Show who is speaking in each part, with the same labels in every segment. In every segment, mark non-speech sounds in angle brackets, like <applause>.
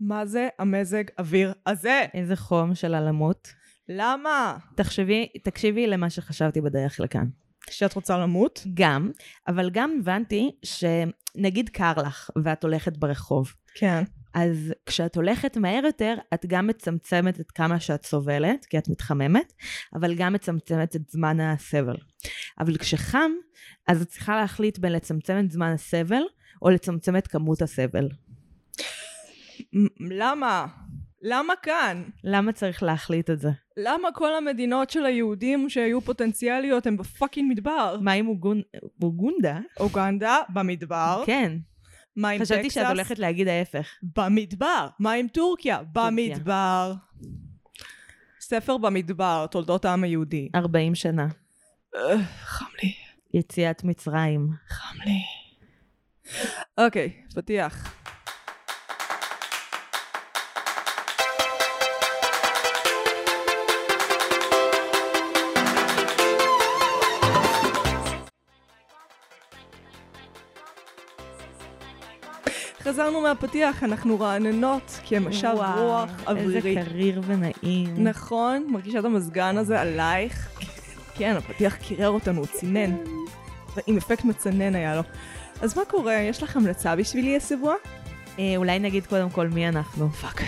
Speaker 1: מה זה המזג אוויר הזה?
Speaker 2: איזה חום של עלמות.
Speaker 1: למה?
Speaker 2: תחשבי, תקשיבי למה שחשבתי בדרך לכאן.
Speaker 1: שאת רוצה למות?
Speaker 2: גם, אבל גם הבנתי שנגיד קר לך ואת הולכת ברחוב,
Speaker 1: כן.
Speaker 2: אז כשאת הולכת מהר יותר, את גם מצמצמת את כמה שאת סובלת, כי את מתחממת, אבל גם מצמצמת את זמן הסבל. אבל כשחם, אז את צריכה להחליט בין לצמצם את זמן הסבל, או לצמצם את כמות הסבל.
Speaker 1: מ- למה? למה כאן?
Speaker 2: למה צריך להחליט את זה?
Speaker 1: למה כל המדינות של היהודים שהיו פוטנציאליות הן בפאקינג מדבר?
Speaker 2: מה עם אוגונ... אוגונדה?
Speaker 1: אוגנדה, במדבר.
Speaker 2: כן.
Speaker 1: אוקיי. מה עם טקסס?
Speaker 2: חשבתי שאת הולכת להגיד ההפך.
Speaker 1: במדבר. מה עם טורקיה? במדבר. ספר במדבר, תולדות העם היהודי.
Speaker 2: 40 שנה.
Speaker 1: אה, חם לי,
Speaker 2: יציאת מצרים.
Speaker 1: חם לי. אוקיי, פתיח. חזרנו מהפתיח, אנחנו רעננות כמשב
Speaker 2: וואו,
Speaker 1: רוח אווירית.
Speaker 2: איזה קריר ונעים.
Speaker 1: נכון, מרגישה את המזגן הזה עלייך. כן, הפתיח קירר אותנו, הוא צינן. עם אפקט מצנן היה לו. אז מה קורה? יש לך המלצה בשבילי השבוע?
Speaker 2: אה, אולי נגיד קודם כל מי אנחנו.
Speaker 1: פאק.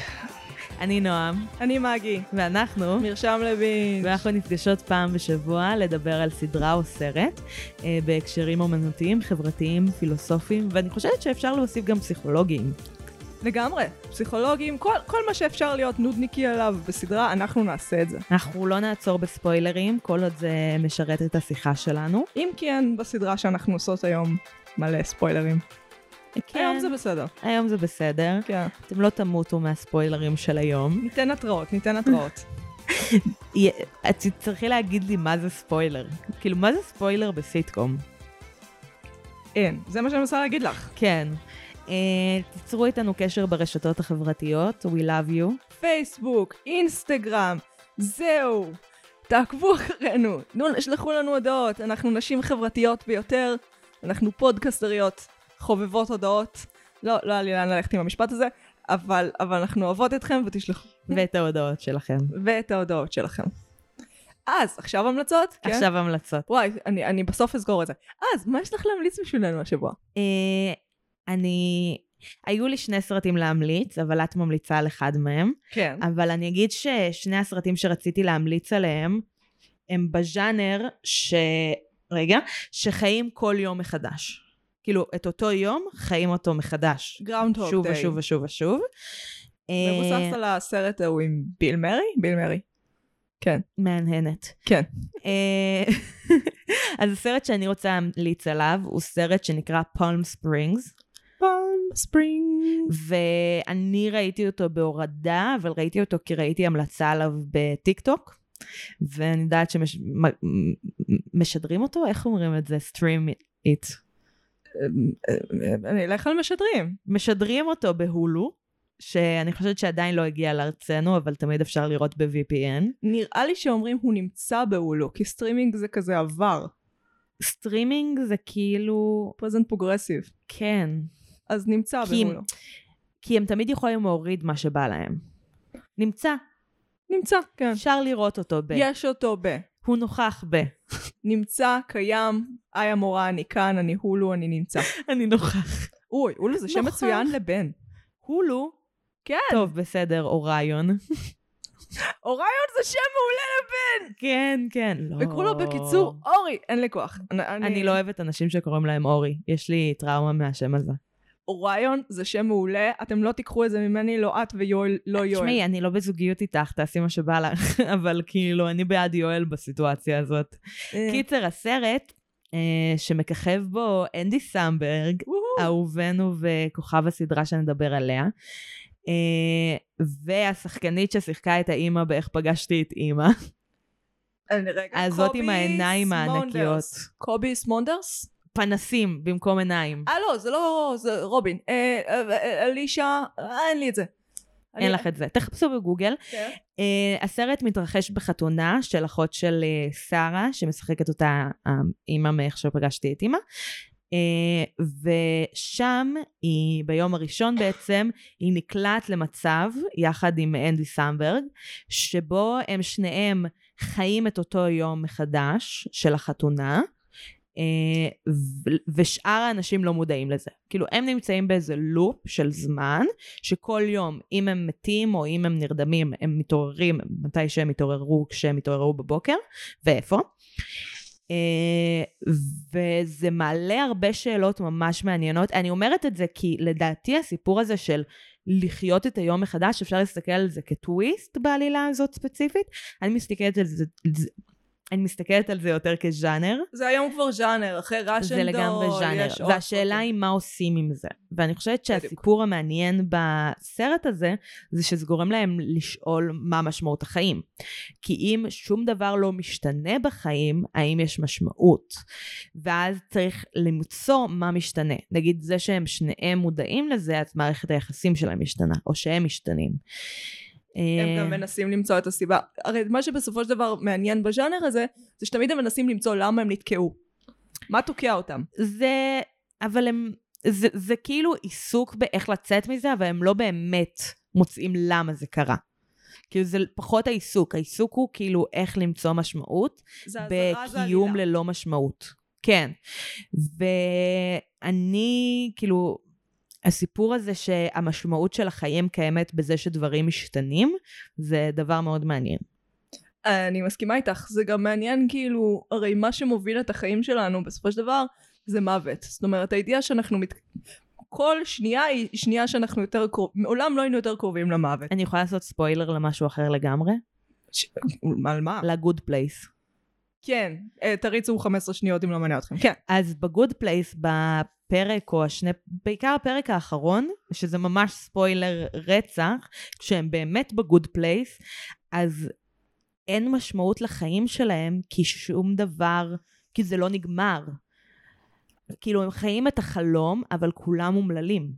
Speaker 2: אני נועם,
Speaker 1: אני מגי.
Speaker 2: ואנחנו,
Speaker 1: מרשם לוין.
Speaker 2: ואנחנו נפגשות פעם בשבוע לדבר על סדרה או סרט אה, בהקשרים אומנותיים, חברתיים, פילוסופיים, ואני חושבת שאפשר להוסיף גם פסיכולוגיים.
Speaker 1: לגמרי. פסיכולוגים, כל, כל מה שאפשר להיות נודניקי עליו בסדרה, אנחנו נעשה את זה.
Speaker 2: אנחנו לא נעצור בספוילרים, כל עוד זה משרת את השיחה שלנו.
Speaker 1: אם כי אין בסדרה שאנחנו עושות היום מלא ספוילרים.
Speaker 2: כן.
Speaker 1: היום זה בסדר.
Speaker 2: אה, היום זה בסדר.
Speaker 1: כן.
Speaker 2: אתם לא תמותו מהספוילרים של היום.
Speaker 1: ניתן התראות, ניתן התראות.
Speaker 2: יה- את תצטרכי להגיד לי מה זה ספוילר. כאילו, מה זה ספוילר בסיטקום?
Speaker 1: אין. זה מה שאני מנסה להגיד לך.
Speaker 2: כן. אה, תיצרו איתנו קשר ברשתות החברתיות, We Love You.
Speaker 1: פייסבוק, אינסטגרם, זהו. תעקבו אחרינו, תנו, שלחו לנו הודעות, אנחנו נשים חברתיות ביותר, אנחנו פודקסטריות, חובבות הודעות. לא, לא היה לי לאן ללכת עם המשפט הזה, אבל, אבל אנחנו אוהבות אתכם ותשלחו,
Speaker 2: ואת ההודעות שלכם.
Speaker 1: ואת ההודעות שלכם. אז, עכשיו המלצות? כן.
Speaker 2: עכשיו המלצות.
Speaker 1: וואי, אני, אני בסוף אסגור את זה. אז, מה יש לך להמליץ בשבילנו השבוע?
Speaker 2: אה, אני... היו לי שני סרטים להמליץ, אבל את ממליצה על אחד מהם.
Speaker 1: כן.
Speaker 2: אבל אני אגיד ששני הסרטים שרציתי להמליץ עליהם, הם בז'אנר ש... רגע, שחיים כל יום מחדש. כאילו, את אותו יום, חיים אותו מחדש.
Speaker 1: גראונד הוק דיי.
Speaker 2: שוב ושוב ושוב ושוב. אה,
Speaker 1: מבוסס על הסרט ההוא עם ביל מרי? ביל מרי. כן.
Speaker 2: מהנהנת.
Speaker 1: כן.
Speaker 2: אה, <laughs> אז הסרט שאני רוצה להמליץ עליו הוא סרט שנקרא פלם ספרינגס,
Speaker 1: פלם ספרינג.
Speaker 2: ואני ראיתי אותו בהורדה, אבל ראיתי אותו כי ראיתי המלצה עליו בטיקטוק, ואני יודעת שמשדרים אותו, איך אומרים את זה? סטרים איט.
Speaker 1: אה, אני אלך על משדרים.
Speaker 2: משדרים אותו בהולו, שאני חושבת שעדיין לא הגיע לארצנו, אבל תמיד אפשר לראות ב-VPN.
Speaker 1: נראה לי שאומרים הוא נמצא בהולו, כי סטרימינג זה כזה עבר.
Speaker 2: סטרימינג זה כאילו,
Speaker 1: פרזנט פרוגרסיב.
Speaker 2: כן,
Speaker 1: אז נמצא
Speaker 2: כי-
Speaker 1: בהולו.
Speaker 2: כי הם תמיד יכולים להוריד מה שבא להם. נמצא,
Speaker 1: נמצא, כן.
Speaker 2: אפשר לראות אותו ב...
Speaker 1: יש אותו ב.
Speaker 2: הוא נוכח ב...
Speaker 1: נמצא, קיים, היי המורה, אני כאן, אני הולו, אני נמצא.
Speaker 2: אני נוכח.
Speaker 1: אוי, הולו זה שם
Speaker 2: נכון.
Speaker 1: מצוין לבן.
Speaker 2: הולו.
Speaker 1: כן.
Speaker 2: <laughs> טוב, בסדר, אוריון.
Speaker 1: אוריון זה שם מעולה לבן!
Speaker 2: כן, כן. לא.
Speaker 1: וקראו לו בקיצור, אורי, אין לי כוח. אני-
Speaker 2: אני לא אוהבת אנשים שקוראים להם אורי. יש לי טראומה מהשם הזה.
Speaker 1: אוריון זה שם מעולה, אתם לא תיקחו את זה ממני, לא את ויואל, לא יואל.
Speaker 2: תשמעי, אני לא בזוגיות איתך, תעשי מה שבא לך, <laughs> אבל כאילו, אני בעד יואל בסיטואציה הזאת.
Speaker 1: אה,
Speaker 2: קיצר, הסרט אה, שמככב בו אנדי סמברג,
Speaker 1: וואו.
Speaker 2: אהובנו וכוכב הסדרה שנדבר עליה. אה, והשחקנית ששיחקה את האימא ב"איך פגשתי את אימא",
Speaker 1: אני- רגע,
Speaker 2: הזאת עם
Speaker 1: קובי
Speaker 2: העיניים הענקיות.
Speaker 1: סמונדרס. קובי סמונדרס?
Speaker 2: פנסים במקום עיניים.
Speaker 1: אה לא, זה לא, זה רובין. אה, אה, אה, אלישע, אה, אין לי את זה.
Speaker 2: אין לך את זה. תחפשו בגוגל.
Speaker 1: כן.
Speaker 2: אה, הסרט מתרחש בחתונה של אחות של אה, שרה, שמשחקת אותה אה, אימא מאיך שפגשתי את אימא. אה, ושם היא, ביום הראשון בעצם, היא נקלעת למצב, יחד עם אנדי סמברג, שבו הם שניהם חיים את אותו יום מחדש של החתונה, אה, ו- ושאר האנשים לא מודעים לזה. כאילו, הם נמצאים באיזה לופ של זמן, שכל יום, אם הם מתים או אם הם נרדמים, הם מתעוררים מתי שהם יתעוררו, כשהם יתעוררו בבוקר, ואיפה. אה, וזה מעלה הרבה שאלות ממש מעניינות. אני אומרת את זה כי לדעתי הסיפור הזה של לחיות את היום מחדש, אפשר להסתכל על זה כטוויסט בעלילה הזאת ספציפית. אני מסתכלת על זה, אני מסתכלת על זה יותר כז'אנר.
Speaker 1: זה היום כבר ז'אנר, אחרי ראשנדול,
Speaker 2: זה לגמרי ז'אנר,
Speaker 1: יש עוד
Speaker 2: והשאלה
Speaker 1: סרטים.
Speaker 2: היא מה עושים עם זה. ואני חושבת
Speaker 1: בדיוק.
Speaker 2: שהסיפור המעניין בסרט הזה, זה שזה גורם להם לשאול מה משמעות החיים. כי אם שום דבר לא משתנה בחיים, האם יש משמעות? ואז צריך למצוא מה משתנה. נגיד זה שהם שניהם מודעים לזה, אז מערכת היחסים שלהם משתנה, או שהם משתנים.
Speaker 1: הם גם
Speaker 2: אה,
Speaker 1: מנסים למצוא את הסיבה. הרי מה שבסופו של דבר מעניין בז'אנר הזה, זה שתמיד הם מנסים למצוא למה הם נתקעו. מה תוקע אותם?
Speaker 2: זה, אבל הם, זה, זה כאילו עיסוק באיך לצאת מזה, אבל הם לא באמת מוצאים למה זה קרה. כאילו זה פחות העיסוק, העיסוק הוא כאילו איך למצוא משמעות
Speaker 1: זה אזהרה, זה
Speaker 2: בקיום
Speaker 1: עלילה.
Speaker 2: ללא משמעות. כן. ואני, כאילו, הסיפור הזה שהמשמעות של החיים קיימת בזה שדברים משתנים, זה דבר מאוד מעניין.
Speaker 1: אני מסכימה איתך, זה גם מעניין כאילו, הרי מה שמוביל את החיים שלנו בסופו של דבר זה מוות. זאת אומרת, הידיעה שאנחנו מת... כל שנייה היא שנייה שאנחנו יותר קרובים, מעולם לא היינו יותר קרובים למוות.
Speaker 2: אני יכולה לעשות ספוילר למשהו אחר לגמרי?
Speaker 1: ש... על מה?
Speaker 2: לגוד פלייס.
Speaker 1: כן, אה, תריצו 15 שניות אם לא מעניין אתכם. כן.
Speaker 2: אז בגוד פלייס בפרק או השני, בעיקר הפרק האחרון, שזה ממש ספוילר רצח, כשהם באמת בגוד פלייס, אז אין משמעות לחיים שלהם, כי שום דבר, כי זה לא נגמר. כאילו, הם חיים את החלום, אבל כולם אומללים.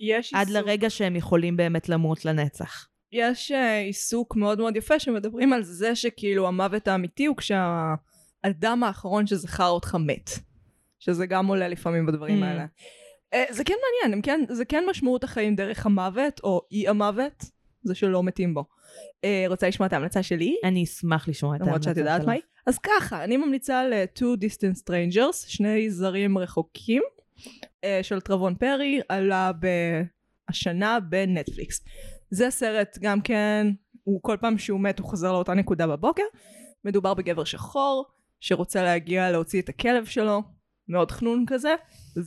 Speaker 1: יש
Speaker 2: עד
Speaker 1: עיסוק,
Speaker 2: לרגע שהם יכולים באמת למות לנצח.
Speaker 1: יש אה, עיסוק מאוד מאוד יפה שמדברים על זה שכאילו המוות האמיתי הוא כשהאדם האחרון שזכר אותך מת. שזה גם עולה לפעמים בדברים
Speaker 2: Mm.
Speaker 1: האלה. אה, זה כן מעניין, הם כן, זה כן משמעות החיים דרך המוות או אי המוות, זה שלא מתים בו. אה, רוצה לשמוע את ההמלצה שלי?
Speaker 2: אני אשמח לשמוע את
Speaker 1: למרות שאת
Speaker 2: ההמלצה
Speaker 1: יודעת
Speaker 2: שלך.
Speaker 1: מה היא. אז ככה, אני ממליצה ל-Two Distant Strangers, שני זרים רחוקים, אה, של טרבון פרי, עלה ב- השנה בנטפליקס. זה סרט גם כן, הוא כל פעם שהוא מת הוא חוזר לאותה נקודה בבוקר. מדובר בגבר שחור, שרוצה להגיע להוציא את הכלב שלו, מאוד חנון כזה,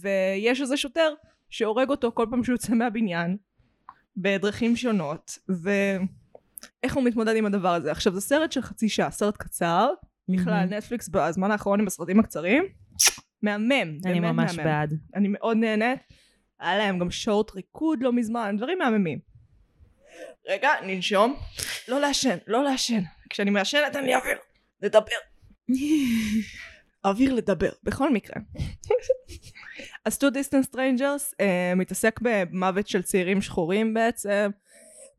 Speaker 1: ויש איזה שוטר שהורג אותו כל פעם שהוא יוצא מהבניין, בדרכים שונות, ואיך הוא מתמודד עם הדבר הזה. עכשיו זה סרט של חצי שעה, סרט קצר, בכלל נטפליקס בזמן האחרון עם הסרטים הקצרים, מהמם, באמת
Speaker 2: אני
Speaker 1: מהמם.
Speaker 2: ממש
Speaker 1: <laughs>
Speaker 2: בעד.
Speaker 1: אני מאוד נהנית. היה להם גם שורט ריקוד לא מזמן, דברים מהממים. רגע, ננשום. לא לעשן, לא לעשן. כשאני מעשנת אין לי אוויר. לדבר. אוויר לדבר, בכל מקרה. אז Two Distant Strangers uh, מתעסק במוות של צעירים שחורים בעצם,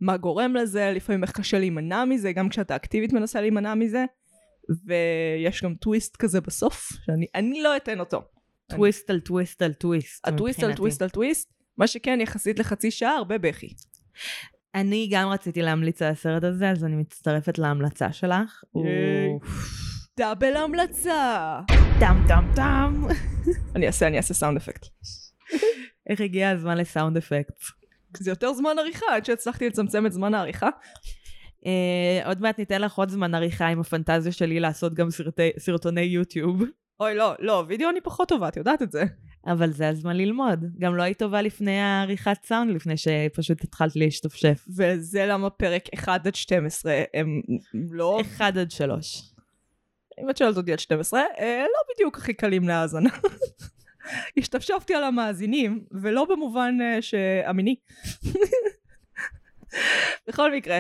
Speaker 1: מה גורם לזה, לפעמים איך קשה להימנע מזה, גם כשאתה אקטיבית מנסה להימנע מזה, ויש גם טוויסט כזה בסוף, שאני אני לא אתן אותו.
Speaker 2: טוויסט על טוויסט על טוויסט.
Speaker 1: הטוויסט על
Speaker 2: מבחינתי.
Speaker 1: טוויסט על טוויסט, מה שכן יחסית לחצי שעה הרבה בכי.
Speaker 2: אני גם רציתי להמליץ על הסרט הזה, אז אני מצטרפת להמלצה שלך.
Speaker 1: ייי.
Speaker 2: הוא-
Speaker 1: דאבל המלצה!
Speaker 2: טם טם טם.
Speaker 1: אני אעשה, אני אעשה סאונד אפקט.
Speaker 2: איך הגיע הזמן לסאונד אפקט?
Speaker 1: זה יותר זמן עריכה עד שהצלחתי לצמצם את זמן העריכה.
Speaker 2: אה, עוד מעט ניתן לך עוד זמן עריכה עם הפנטזיה שלי לעשות גם סרטי, סרטוני יוטיוב.
Speaker 1: אוי לא, לא, וידאו אני פחות טובה, את יודעת את זה.
Speaker 2: אבל זה הזמן ללמוד. גם לא היית טובה לפני העריכת סאונד, לפני שפשוט התחלת להשתפשף.
Speaker 1: וזה למה פרק 1 עד 12 הם לא,
Speaker 2: אחד עד שלוש.
Speaker 1: אם את שואלת אותי עד 12, אה, לא בדיוק הכי קלים להאזנה. <laughs> השתפשפתי על המאזינים, ולא במובן אה, שהמיני. <laughs> בכל מקרה,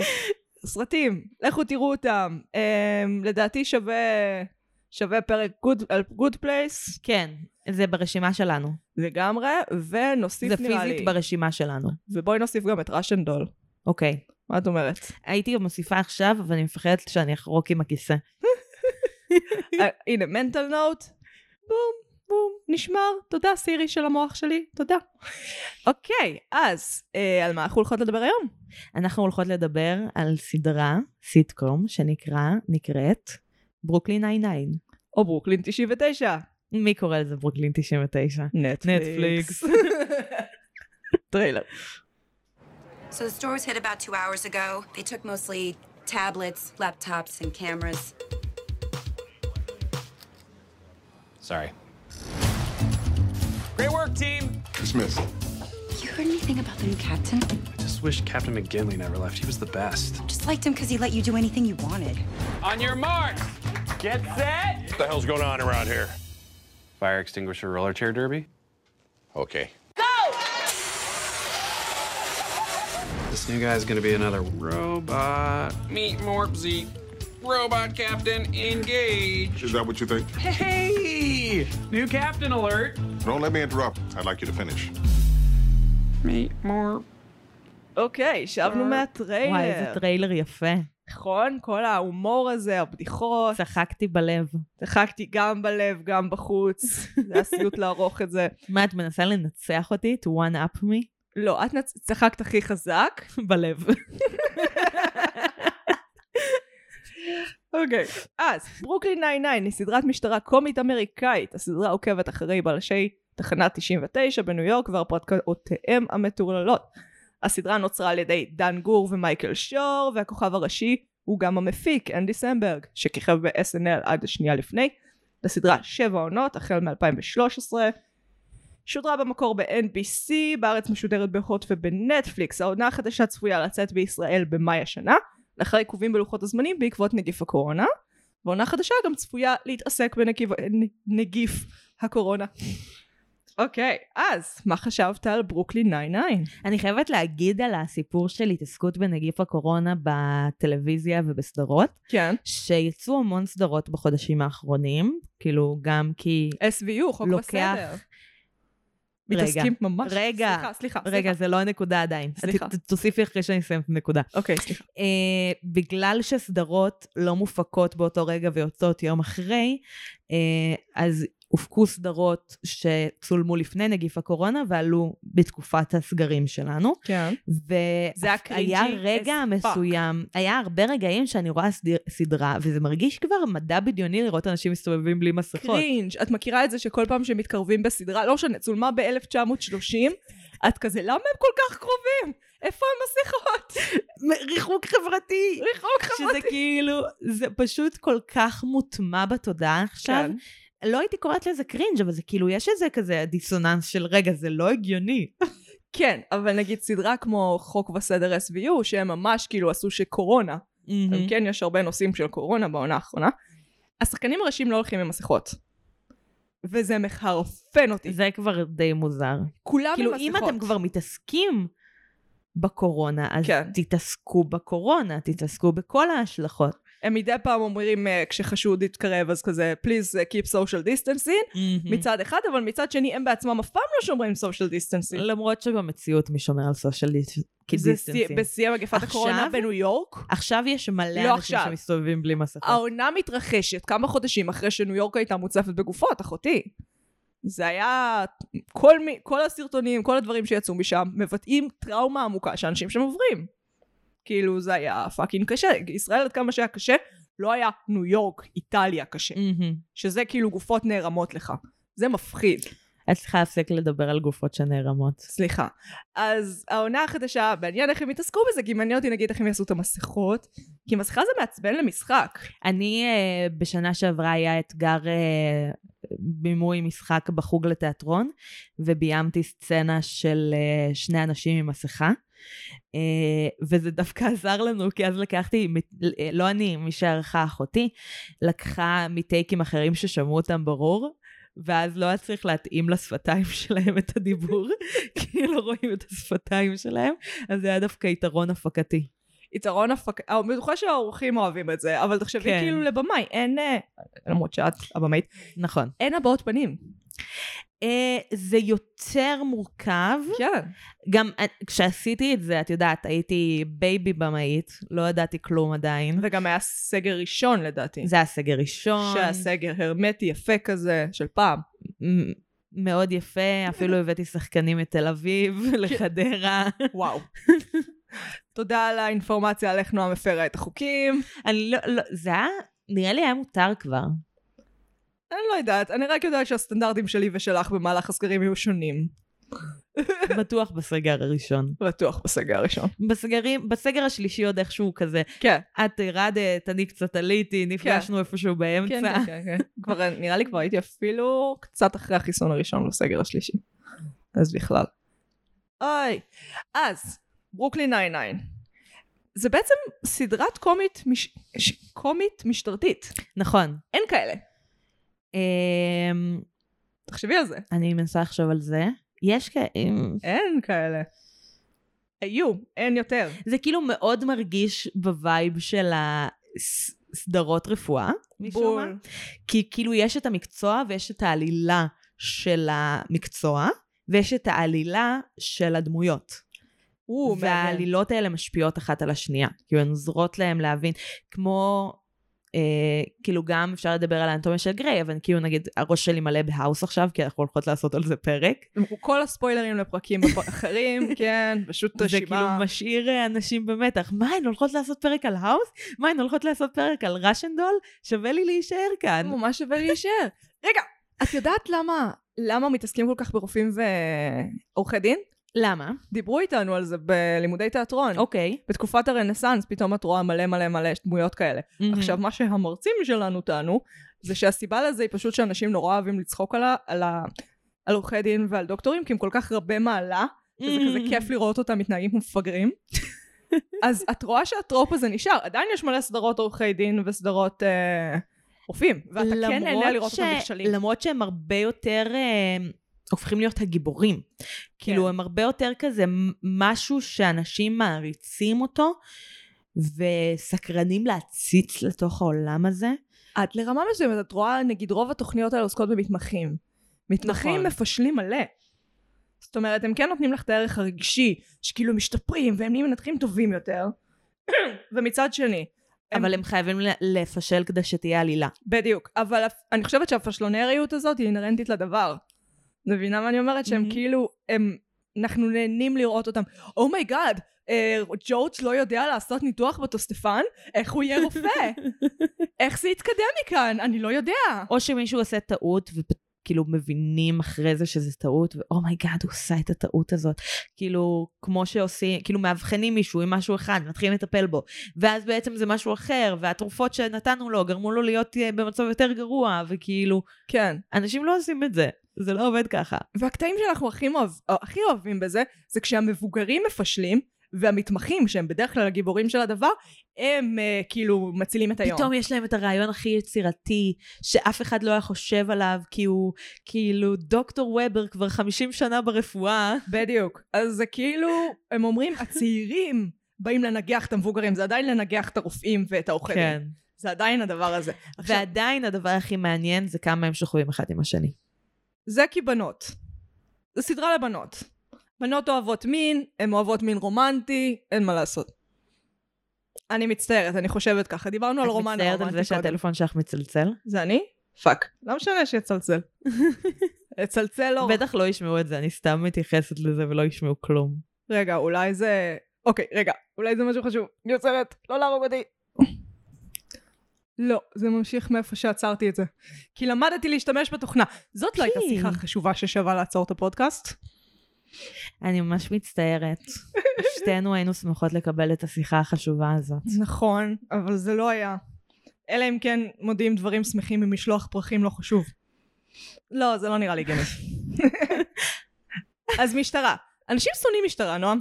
Speaker 1: סרטים, לכו תראו אותם. אה, לדעתי שווה, שווה פרק גוד, על גוד פלייס
Speaker 2: כן, זה ברשימה שלנו.
Speaker 1: לגמרי, ונוסיף
Speaker 2: זה
Speaker 1: נראה
Speaker 2: פיזית
Speaker 1: לי.
Speaker 2: ברשימה שלנו.
Speaker 1: ובואי נוסיף גם את ראשנדול.
Speaker 2: אוקיי.
Speaker 1: מה את אומרת?
Speaker 2: הייתי מוסיפה עכשיו, אבל אני מפחדת שאני אחרוק עם הכיסא.
Speaker 1: אה, הנה, מנטל נוט, בום, בום, נשמר. תודה, סירי של המוח שלי, תודה. אוקיי, אז אה, על מה אנחנו הולכות לדבר היום?
Speaker 2: אנחנו הולכות לדבר על סדרה, סיטקום, שנקרא, נקראת, ברוקלין 99.
Speaker 1: או ברוקלין 99.
Speaker 2: מי קורא לזה ברוקלין 99?
Speaker 1: Mm. נטפליקס.
Speaker 2: <laughs>
Speaker 1: טריילר.
Speaker 3: So the store was hit about two hours ago. They took mostly tablets, laptops, and cameras.
Speaker 4: Sorry. Great work, team!
Speaker 5: Dismissed.
Speaker 3: You heard anything about the new captain?
Speaker 4: I just wish Captain McGinley never left. He was the best.
Speaker 3: Just liked him because he let you do anything you wanted.
Speaker 4: On your mark! Get set!
Speaker 5: What the hell's going on around here?
Speaker 4: Fire extinguisher roller chair derby?
Speaker 5: Okay.
Speaker 4: This new guy's gonna be another robot. Meet Morpsey. Robot Captain, engage!
Speaker 5: Is that what you think?
Speaker 4: Hey! New Captain alert!
Speaker 5: Don't let me interrupt. I'd like you to finish.
Speaker 4: Meet Morp.
Speaker 1: אוקיי, שבנו מהטריילר.
Speaker 2: אה, וואי, איזה טריילר יפה.
Speaker 1: נכון, כל ההומור הזה, הבדיחות.
Speaker 2: צחקתי בלב.
Speaker 1: צחקתי גם בלב, גם בחוץ. זה היה סיוט לערוך את זה.
Speaker 2: מה, את מנסה לנצח אותי? To one up me?
Speaker 1: לא, את נצ- צחקת הכי חזק. <laughs>
Speaker 2: בלב.
Speaker 1: אוקיי. אז, ברוקלין 99 היא סדרת משטרה קומית אמריקאית. הסדרה עוקבת אחרי בלשי תחנה 99 בניו יורק והרפתקאותיהם המטורללות. הסדרה נוצרה על ידי דן גור ומייקל שור, והכוכב הראשי הוא גם המפיק, אנדי סמברג, שכיכב ב-SNL עד השנייה לפני. לסדרה שבע עונות, החל מ-2013. שודרה במקור ב-NBC, בארץ משודרת בהוט ובנטפליקס. העונה החדשה צפויה לצאת בישראל במאי השנה. לאחר עיכובים בלוחות הזמנים בעקבות נגיף הקורונה, ועונה חדשה גם צפויה להתעסק בנגיף נ- נגיף הקורונה. אוקיי, אז מה חשבת על ברוקלין 99?
Speaker 2: אני חייבת להגיד על הסיפור של התעסקות בנגיף הקורונה בטלוויזיה ובסדרות,
Speaker 1: כן.
Speaker 2: שיצאו המון סדרות בחודשים האחרונים, כאילו גם כי...
Speaker 1: SVU, חוק
Speaker 2: לוקח-
Speaker 1: וסדר.
Speaker 2: רגע,
Speaker 1: מתעסקים ממש...
Speaker 2: רגע,
Speaker 1: סליחה, סליחה,
Speaker 2: רגע,
Speaker 1: סליחה.
Speaker 2: זה לא הנקודה עדיין.
Speaker 1: סליחה.
Speaker 2: ת- ת- תוסיפי אחרי שאני אסיים את הנקודה.
Speaker 1: אוקיי, סליחה.
Speaker 2: אה, בגלל שסדרות לא מופקות באותו רגע ויוצאות יום אחרי, אה, אז הופקו סדרות שצולמו לפני נגיף הקורונה ועלו בתקופת הסגרים שלנו.
Speaker 1: כן. זה היה קרינג'י
Speaker 2: והיה רגע
Speaker 1: as fuck.
Speaker 2: מסוים, היה הרבה רגעים שאני רואה סדיר, סדרה, וזה מרגיש כבר מדע בדיוני לראות אנשים מסתובבים בלי מסכות.
Speaker 1: קרינג', את מכירה את זה שכל פעם שמתקרבים בסדרה, לא משנה, צולמה ב-1930, את כזה, למה הם כל כך קרובים? איפה <laughs> המסכות?
Speaker 2: מ- ריחוק חברתי!
Speaker 1: ריחוק חברתי.
Speaker 2: שזה כאילו, זה פשוט כל כך מוטמע בתודעה עכשיו.
Speaker 1: כן.
Speaker 2: לא הייתי קוראת לזה קרינג', אבל זה כאילו, יש איזה כזה דיסוננס של רגע, זה לא הגיוני.
Speaker 1: כן, אבל נגיד סדרה כמו חוק וסדר SVU, שהם ממש כאילו עשו שקורונה, mm-hmm. כן יש הרבה נושאים של קורונה בעונה האחרונה, השחקנים הראשיים לא הולכים עם מסכות. וזה מחרפן אותי. זה...
Speaker 2: Mm-hmm. זה כבר די מוזר.
Speaker 1: כולם עם
Speaker 2: כאילו,
Speaker 1: מסכות.
Speaker 2: אם אתם כבר מתעסקים בקורונה, אז
Speaker 1: כן.
Speaker 2: תתעסקו בקורונה, תתעסקו בכל ההשלכות.
Speaker 1: הם מדי פעם אומרים אה, כשחשוד יתקרב אז כזה, please אה, keep social distancing, מצד אחד, אבל מצד שני הם בעצמם אף פעם לא שומרים social distancing.
Speaker 2: למרות שבמציאות מי שומר על סושיאל
Speaker 1: זה שיא-
Speaker 2: דיסטנסים.
Speaker 1: בשיא מגפת
Speaker 2: עכשיו?
Speaker 1: הקורונה בניו יורק.
Speaker 2: עכשיו יש מלא
Speaker 1: לא
Speaker 2: אנשים
Speaker 1: עכשיו.
Speaker 2: שמסתובבים בלי מסכות.
Speaker 1: העונה מתרחשת כמה חודשים אחרי שניו יורק הייתה מוצפת בגופות, אחותי. זה היה... כל, מי- כל הסרטונים, כל הדברים שיצאו משם, מבטאים טראומה עמוקה שאנשים שם עוברים. כאילו זה היה פאקינג קשה. ישראל עד כמה שהיה קשה, לא היה ניו יורק, איטליה קשה.
Speaker 2: מהמם.
Speaker 1: שזה כאילו גופות נערמות לך. זה מפחיד.
Speaker 2: את צריכה להפסיק לדבר על גופות שנערמות.
Speaker 1: סליחה. אז העונה החדשה, מעניין איך הם יתעסקו בזה, כי מעניין אותי נגיד איך הם יעשו את המסכות, כי מסכה זה מעצבן למשחק.
Speaker 2: אני אה, בשנה שעברה היה אתגר אה, בימוי משחק בחוג לתיאטרון, וביימתי סצנה של אה, שני אנשים עם מסכה. אה, וזה דווקא <laughs> עזר לנו, כי אז לקחתי, מ- אה, לא אני, מי שערכה אחותי, לקחה מטייקים אחרים ששמעו אותם ברור. ואז לא היה צריך להתאים לשפתיים <laughs> שלהם את הדיבור, <laughs> כי לא רואים את השפתיים שלהם, אז זה היה דווקא יתרון הפקתי.
Speaker 1: יתרון הפקה, אני בטוחה שהאורחים אוהבים את זה, אבל תחשבי
Speaker 2: כן.
Speaker 1: כאילו לבמאי, אין, אה, למרות שאת הבמאית,
Speaker 2: נכון.
Speaker 1: אין הבעות פנים.
Speaker 2: אה, זה יותר מורכב,
Speaker 1: כן.
Speaker 2: גם אה, כשעשיתי את זה, את יודעת, הייתי בייבי במאית, לא ידעתי כלום עדיין.
Speaker 1: וגם היה סגר ראשון לדעתי.
Speaker 2: זה היה נכון. סגר ראשון,
Speaker 1: שהסגר הרמטי יפה כזה, של פעם.
Speaker 2: מ- מאוד יפה, אפילו הבאתי שחקנים מתל
Speaker 1: <laughs>
Speaker 2: אביב לחדרה. <laughs>
Speaker 1: וואו. תודה על האינפורמציה על איך נועם הפרה את החוקים.
Speaker 2: אני לא, לא, זה היה, נראה לי היה מותר כבר.
Speaker 1: אני לא יודעת, אני רק יודעת שהסטנדרטים שלי ושלך במהלך הסגרים יהיו שונים.
Speaker 2: בטוח בסגר הראשון.
Speaker 1: בטוח בסגר הראשון.
Speaker 2: בסגרים, בסגר השלישי עוד איכשהו כזה,
Speaker 1: כן.
Speaker 2: את ירדת, אני קצת עליתי, נפגשנו איפשהו באמצע.
Speaker 1: כן, כן, כן, כן. כבר, נראה לי כבר הייתי אפילו קצת אחרי החיסון הראשון בסגר השלישי. אז בכלל. אוי. אז, ברוקלין 99. זה בעצם סדרת קומית, מש... ש... קומית משטרתית.
Speaker 2: נכון.
Speaker 1: אין כאלה.
Speaker 2: אמ,
Speaker 1: תחשבי על זה.
Speaker 2: אני מנסה לחשוב על זה. יש כאלה...
Speaker 1: אין כאלה. היו, אין יותר.
Speaker 2: זה כאילו מאוד מרגיש בווייב של הסדרות רפואה, משום מה.
Speaker 1: בול.
Speaker 2: כי כאילו יש את המקצוע ויש את העלילה של המקצוע, ויש את העלילה של הדמויות.
Speaker 1: הוא מהמם.
Speaker 2: והעלילות האלה משפיעות אחת על השנייה. כאילו הן עוזרות להם להבין, כמו... אה, כאילו גם אפשר לדבר על האנטומיה של גריי, אבל כאילו נגיד הראש שלי מלא בהאוס עכשיו, כי אנחנו הולכות לעשות על זה פרק.
Speaker 1: כל הספוילרים לפרקים בפ-
Speaker 2: <laughs>
Speaker 1: אחרים, כן, פשוט
Speaker 2: זה כאילו
Speaker 1: רשימה.
Speaker 2: משאיר אה, אנשים במתח. מה, הן הולכות לעשות פרק על האוס? מה, הן הולכות לעשות פרק על ראשנדול? שווה לי להישאר כאן.
Speaker 1: ממש כאילו שווה להישאר. רגע, את יודעת למה, למה מתעסקים כל כך ברופאים ועורכי דין?
Speaker 2: למה?
Speaker 1: דיברו איתנו על זה בלימודי תיאטרון.
Speaker 2: אוקיי.
Speaker 1: בתקופת הרנסאנס פתאום את רואה מלא מלא מלא דמויות כאלה.
Speaker 2: Mm-hmm.
Speaker 1: עכשיו, מה שהמרצים שלנו טענו, זה שהסיבה לזה היא פשוט שאנשים נורא אוהבים לצחוק על ה- על ה- על עורכי דין ועל דוקטורים, כי הם כל כך רבי מעלה, וזה כזה
Speaker 2: Mm.
Speaker 1: כיף לראות אותם מתנהגים כמו מפגרים. אז את רואה שהטרופ הזה נשאר, עדיין יש מלא סדרות עורכי דין וסדרות אה, רופאים, ואתה כן
Speaker 2: למרות
Speaker 1: נהנה לראות
Speaker 2: ש-
Speaker 1: אותם נכשלים.
Speaker 2: למרות שהם הרבה יותר אה, הופכים להיות הגיבורים.
Speaker 1: כן.
Speaker 2: כאילו, הם הרבה יותר כזה מ- משהו שאנשים מעריצים אותו, וסקרנים להציץ לתוך העולם הזה.
Speaker 1: את לרמה מסוימת, את רואה, נגיד רוב התוכניות האלה עוסקות במתמחים. מתמחים
Speaker 2: נכון.
Speaker 1: מפשלים מלא. זאת אומרת, הם כן נותנים לך את הערך הרגשי, שכאילו הם משתפרים והם נהיים מנתחים טובים יותר. <clears throat> ומצד שני, הם-
Speaker 2: אבל הם חייבים ל- לפשל כדי שתהיה עלילה.
Speaker 1: בדיוק, אבל הפ- אני חושבת שהפשלונריות הזאת היא אינהרנטית לדבר. את מבינה מה אני אומרת? שהם
Speaker 2: מהמם.
Speaker 1: כאילו, הם, אנחנו נהנים לראות אותם. Oh אומייגאד, ג'ורג' לא יודע לעשות ניתוח בתוסטפן? איך הוא יהיה
Speaker 2: <laughs>
Speaker 1: רופא? איך זה יתקדם מכאן? אני לא יודע.
Speaker 2: או שמישהו עושה טעות וכאילו מבינים אחרי זה שזה טעות ואומייגאד הוא עשה את הטעות הזאת כאילו כמו שעושים כאילו מאבחנים מישהו עם משהו אחד מתחילים לטפל בו ואז בעצם זה משהו אחר והתרופות שנתנו לו גרמו לו להיות אה, במצב יותר גרוע וכאילו
Speaker 1: כן.
Speaker 2: אנשים לא עושים את זה זה לא עובד ככה
Speaker 1: והקטעים שאנחנו הכי, אוהב, או, הכי אוהבים בזה, זה כשהמבוגרים מפשלים, והמתמחים, שהם בדרך כלל הגיבורים של הדבר, הם אה, כאילו מצילים את היום.
Speaker 2: פתאום יש להם את הרעיון הכי יצירתי שאף אחד לא היה חושב עליו כי הוא כאילו דוקטור וובר כבר 50 שנה ברפואה
Speaker 1: בדיוק. אז זה כאילו, הם אומרים, הצעירים באים לנגח את המבוגרים, זה עדיין לנגח את הרופאים ואת העורכי
Speaker 2: כן.
Speaker 1: דין. זה עדיין הדבר הזה. עכשיו,
Speaker 2: ועדיין הדבר הכי מעניין זה כמה הם שוכבים אחד עם השני.
Speaker 1: זה כי בנות. זה סדרה לבנות. בנות אוהבות מין, הן אוהבות מין רומנטי, אין מה לעשות. אני מצטערת, אני חושבת ככה. דיברנו על רומן
Speaker 2: את מצטערת על
Speaker 1: הרומנטי
Speaker 2: זה שהטלפון שלך מצלצל?
Speaker 1: זה אני? פאק. לא משנה <laughs> שיצלצל. יצלצל לא...
Speaker 2: בטח לא ישמעו את זה, אני סתם מתייחסת לזה ולא ישמעו כלום.
Speaker 1: רגע, אולי זה... אוקיי, רגע, אולי זה משהו חשוב. אני עוצרת, לא להרוג אותי. לא, זה ממשיך מאיפה שעצרתי את זה. כי למדתי להשתמש בתוכנה. זאת לא הייתה
Speaker 2: כי-
Speaker 1: שיחה חשובה ששווה לעצור את הפודקאסט.
Speaker 2: אני ממש מצטערת. שתינו היינו שמחות לקבל את השיחה החשובה הזאת.
Speaker 1: נכון, אבל זה לא היה. אלא אם כן מודיעים דברים שמחים ממשלוח פרחים לא חשוב. לא, זה לא נראה לי <laughs> הגיוני. אז משטרה. אנשים שונאים משטרה, נועם.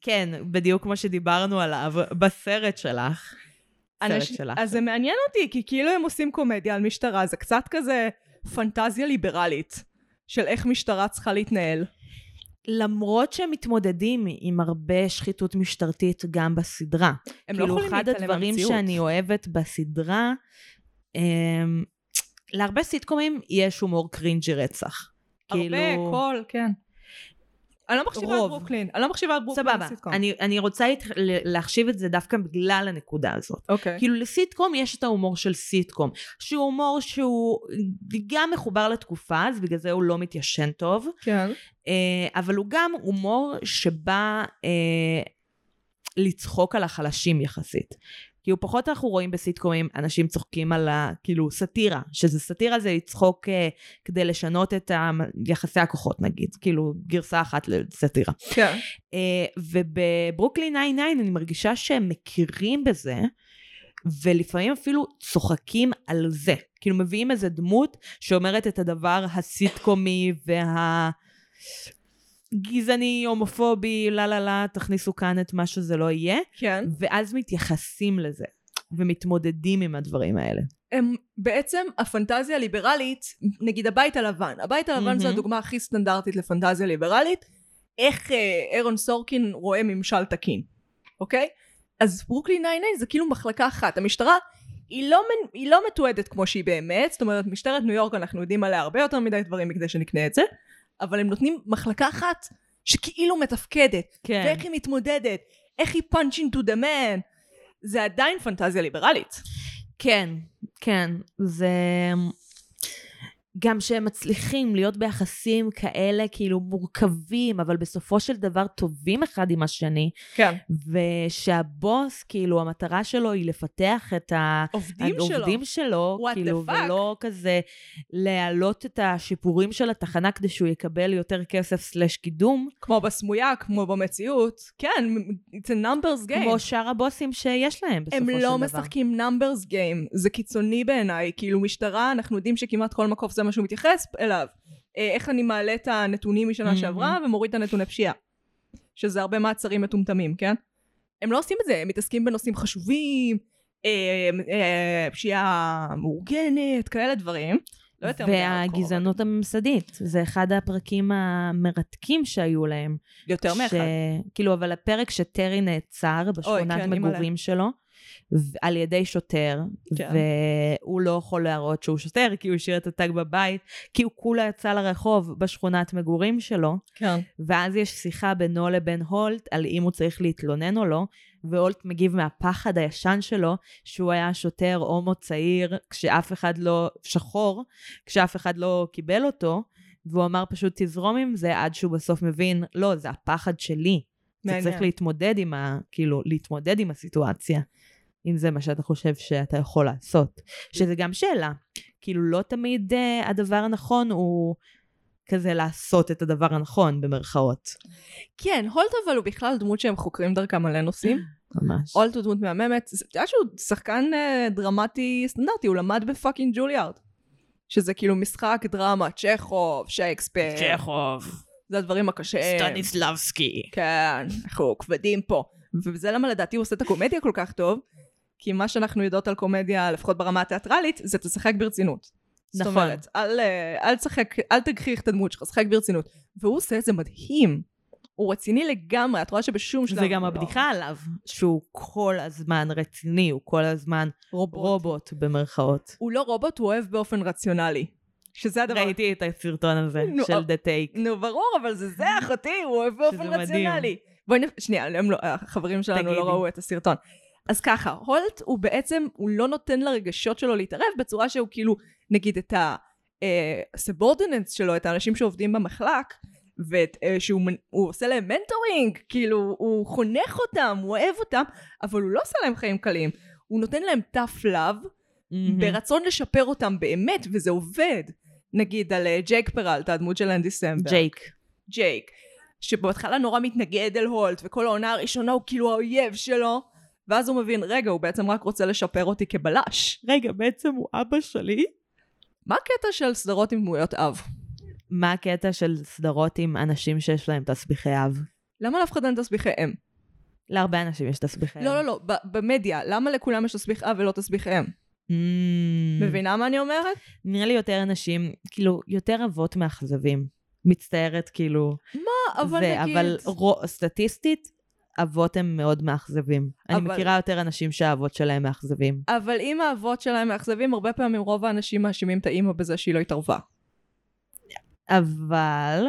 Speaker 2: כן, בדיוק כמו שדיברנו עליו בסרט שלך. סרט
Speaker 1: אנשים-
Speaker 2: שלך.
Speaker 1: אז זה מעניין אותי, כי כאילו הם עושים קומדיה על משטרה, זה קצת כזה פנטזיה ליברלית של איך משטרה צריכה להתנהל. לא
Speaker 2: למרות שהם מתמודדים עם הרבה שחיתות משטרתית גם בסדרה.
Speaker 1: הם לא
Speaker 2: כאילו,
Speaker 1: יכולים
Speaker 2: אחד
Speaker 1: להתעלם
Speaker 2: הדברים
Speaker 1: מהמציאות.
Speaker 2: שאני אוהבת בסדרה, אמ, להרבה סיטקומים יש הומור קרינג'י רצח.
Speaker 1: הרבה,
Speaker 2: כאילו-
Speaker 1: קול, כן. אני לא מחשיבה את
Speaker 2: רוב.
Speaker 1: ברוקלין, אני לא מחשיבה את ברוקלין
Speaker 2: סבבה,
Speaker 1: לסיטקום.
Speaker 2: אני- אני רוצה להתח- ל- להחשיב את זה דווקא בגלל הנקודה הזאת.
Speaker 1: אוקיי.
Speaker 2: כאילו לסיטקום יש את ההומור של סיטקום, שהוא הומור שהוא גם מחובר לתקופה, אז בגלל זה הוא לא מתיישן טוב,
Speaker 1: כן.
Speaker 2: אה, אבל הוא גם הומור שבא אה, לצחוק על החלשים יחסית. כאילו פחות אנחנו רואים בסיטקומים אנשים צוחקים על ה... כאילו סאטירה, שזה סאטירה זה לצחוק אה, כדי לשנות את ה, יחסי הכוחות נגיד, כאילו גרסה אחת לסאטירה.
Speaker 1: כן.
Speaker 2: אה, ובברוקלין 99 אני מרגישה שהם מכירים בזה, ולפעמים אפילו צוחקים על זה. כאילו מביאים איזה דמות שאומרת את הדבר הסיטקומי וה... גזעני, הומופובי, לה לה לה, תכניסו כאן את מה שזה לא יהיה,
Speaker 1: כן.
Speaker 2: ואז מתייחסים לזה, ומתמודדים עם הדברים האלה.
Speaker 1: הם בעצם הפנטזיה הליברלית, נגיד הבית הלבן, הבית הלבן זו
Speaker 2: מהמם.
Speaker 1: הדוגמה הכי סטנדרטית לפנטזיה ליברלית, איך אה, אירון סורקין רואה ממשל תקין, אוקיי? אז ברוקלין 99 זה כאילו מחלקה אחת, המשטרה היא לא, מנ- היא לא מתועדת כמו שהיא באמת, זאת אומרת משטרת ניו יורק אנחנו יודעים עליה הרבה יותר מדי דברים מכדי שנקנה את זה, אבל הם נותנים מחלקה אחת שכאילו מתפקדת,
Speaker 2: כן.
Speaker 1: ואיך היא מתמודדת, איך היא punching to the man, זה עדיין פנטזיה ליברלית.
Speaker 2: כן, כן, זה... אמ, גם שהם מצליחים להיות ביחסים כאלה כאילו מורכבים, אבל בסופו של דבר טובים אחד עם השני,
Speaker 1: כן.
Speaker 2: ושהבוס, כאילו, המטרה שלו היא לפתח את ה...
Speaker 1: עובדים שלו.
Speaker 2: העובדים שלו,
Speaker 1: What the
Speaker 2: כאילו,
Speaker 1: fuck?
Speaker 2: ולא כזה להעלות את השיפורים של התחנה כדי שהוא יקבל יותר כסף סלש קידום,
Speaker 1: כמו בסמויה, כמו במציאות. כן, it's a numbers game.
Speaker 2: כמו שאר הבוסים שיש להם בסופו
Speaker 1: כן. הם
Speaker 2: של דבר.
Speaker 1: לא משחקים numbers game, זה קיצוני בעיניי. כאילו משטרה, אנחנו יודעים שכמעט כל מקוף זה מה שהוא מתייחס אליו. אה, איך אני מעלה את הנתונים משנה
Speaker 2: Mhm.
Speaker 1: שעברה ומוריד את הנתוני פשיעה. שזה הרבה מעצרים מטומטמים, כן? הם לא עושים את זה, הם מתעסקים בנושאים חשובים, אה, אה, פשיעה מאורגנת, כאלה דברים. לא יותר מדי הארדקור,
Speaker 2: והגזענות הממסדית, זה אחד הפרקים המרתקים שהיו להם.
Speaker 1: אבל יותר מאחד.
Speaker 2: ש- כאילו, אבל הפרק שטרי נעצר בשכונת
Speaker 1: כן, אימא'לה.
Speaker 2: מגורים שלו, ו- על ידי שוטר,
Speaker 1: כן.
Speaker 2: והוא לא יכול להראות שהוא שוטר, כי הוא השאיר את הטג בבית, כי הוא כולה יצא לרחוב בשכונת מגורים שלו,
Speaker 1: כן.
Speaker 2: ואז יש שיחה בינו לבין הולט על אם הוא צריך להתלונן או לא, והולט מגיב מהפחד הישן שלו, שהוא היה שוטר הומו צעיר, כשאף אחד לא, שחור, כשאף אחד לא קיבל אותו, והוא אמר פשוט תזרום עם זה עד שהוא בסוף מבין, לא, זה הפחד שלי. אתה
Speaker 1: מעניין.
Speaker 2: צריך להתמודד עם ה... כאילו, להתמודד עם הסיטואציה, אם זה מה שאתה חושב שאתה יכול לעשות. שזה גם שאלה. כאילו, לא תמיד uh, הדבר הנכון הוא כזה לעשות את הדבר הנכון, במרכאות.
Speaker 1: כן, הולט אבל הוא בכלל דמות שהם חוקרים דרכם מלא נושאים.
Speaker 2: ממש.
Speaker 1: אולט הוא דמות מהממת, זה- אתה יודע שהוא שחקן אה, דרמטי סטנדרטי, הוא למד בפאקינג ג'וליארד. שזה כאילו משחק, דרמה, צ'כוב, שייקספיר.
Speaker 2: צ'כוב,
Speaker 1: זה הדברים הקשים.
Speaker 2: סטניסלבסקי.
Speaker 1: כן, אנחנו כבדים פה. וזה למה לדעתי הוא עושה את הקומדיה כל כך טוב, כי מה שאנחנו יודעות על קומדיה, לפחות ברמה התיאטרלית, זה תשחק ברצינות. זאת
Speaker 2: נכון.
Speaker 1: אומרת, אל, אה, אל תשחק, אל תגחיך את הדמות שלך, שחק ברצינות. והוא עושה את זה מדהים. הוא רציני לגמרי, את רואה שבשום שלב...
Speaker 2: זה גם
Speaker 1: הוא לא
Speaker 2: הבדיחה עליו, שהוא כל הזמן רציני, הוא כל הזמן
Speaker 1: רובוט.
Speaker 2: רובוט, במרכאות.
Speaker 1: הוא לא רובוט, הוא אוהב באופן רציונלי. שזה הדבר...
Speaker 2: ראיתי את הסרטון הזה
Speaker 1: נו,
Speaker 2: של
Speaker 1: אבל-
Speaker 2: דה טייק.
Speaker 1: נו, ברור, אבל זה
Speaker 2: <laughs>
Speaker 1: זה, אחותי, הוא אוהב באופן
Speaker 2: מדהים.
Speaker 1: רציונלי. בואי נ... שנייה, הם לא, החברים שלנו
Speaker 2: תגידי.
Speaker 1: לא ראו את הסרטון. אז ככה, הולט הוא בעצם, הוא לא נותן לרגשות שלו להתערב בצורה שהוא כאילו, נגיד את הסבורדיננס שלו, את האנשים שעובדים במחלק, אה, ושהוא עושה להם מנטורינג, כאילו, הוא חונך אותם, הוא אוהב אותם, אבל הוא לא עושה להם חיים קלים. הוא נותן להם tough love,
Speaker 2: מהמם.
Speaker 1: ברצון לשפר אותם באמת, וזה עובד. נגיד על אה, ג'ייק פרלטה, הדמות של אנדי סמבר.
Speaker 2: ג'ייק.
Speaker 1: ג'ייק. שבהתחלה נורא מתנגד אל הולט, וכל העונה הראשונה הוא כאילו האויב שלו, ואז הוא מבין, רגע, הוא בעצם רק רוצה לשפר אותי כבלש.
Speaker 2: רגע, בעצם הוא אבא שלי?
Speaker 1: מה הקטע של סדרות עם דמויות אב?
Speaker 2: מה הקטע של סדרות עם אנשים שיש להם תסביכי אב?
Speaker 1: למה לאף אחד אין תסביכי אם?
Speaker 2: להרבה אנשים יש תסביכי אב.
Speaker 1: לא, לא, לא, ב- במדיה, למה לכולם יש תסביך אב ולא תסביך אם?
Speaker 2: Mm,
Speaker 1: מבינה מה אני אומרת?
Speaker 2: נראה לי יותר אנשים, כאילו, יותר אבות מאכזבים. מצטערת, כאילו,
Speaker 1: מה, לא, אבל
Speaker 2: זה,
Speaker 1: נגיד...
Speaker 2: אבל רו, סטטיסטית, אבות הם מאוד מאכזבים. אני
Speaker 1: אבל-
Speaker 2: מכירה יותר אנשים שהאבות שלהם מאכזבים.
Speaker 1: אבל אם האבות שלהם מאכזבים, הרבה פעמים רוב האנשים מאשימים את האימא בזה שהיא לא התערבה.
Speaker 2: אבל...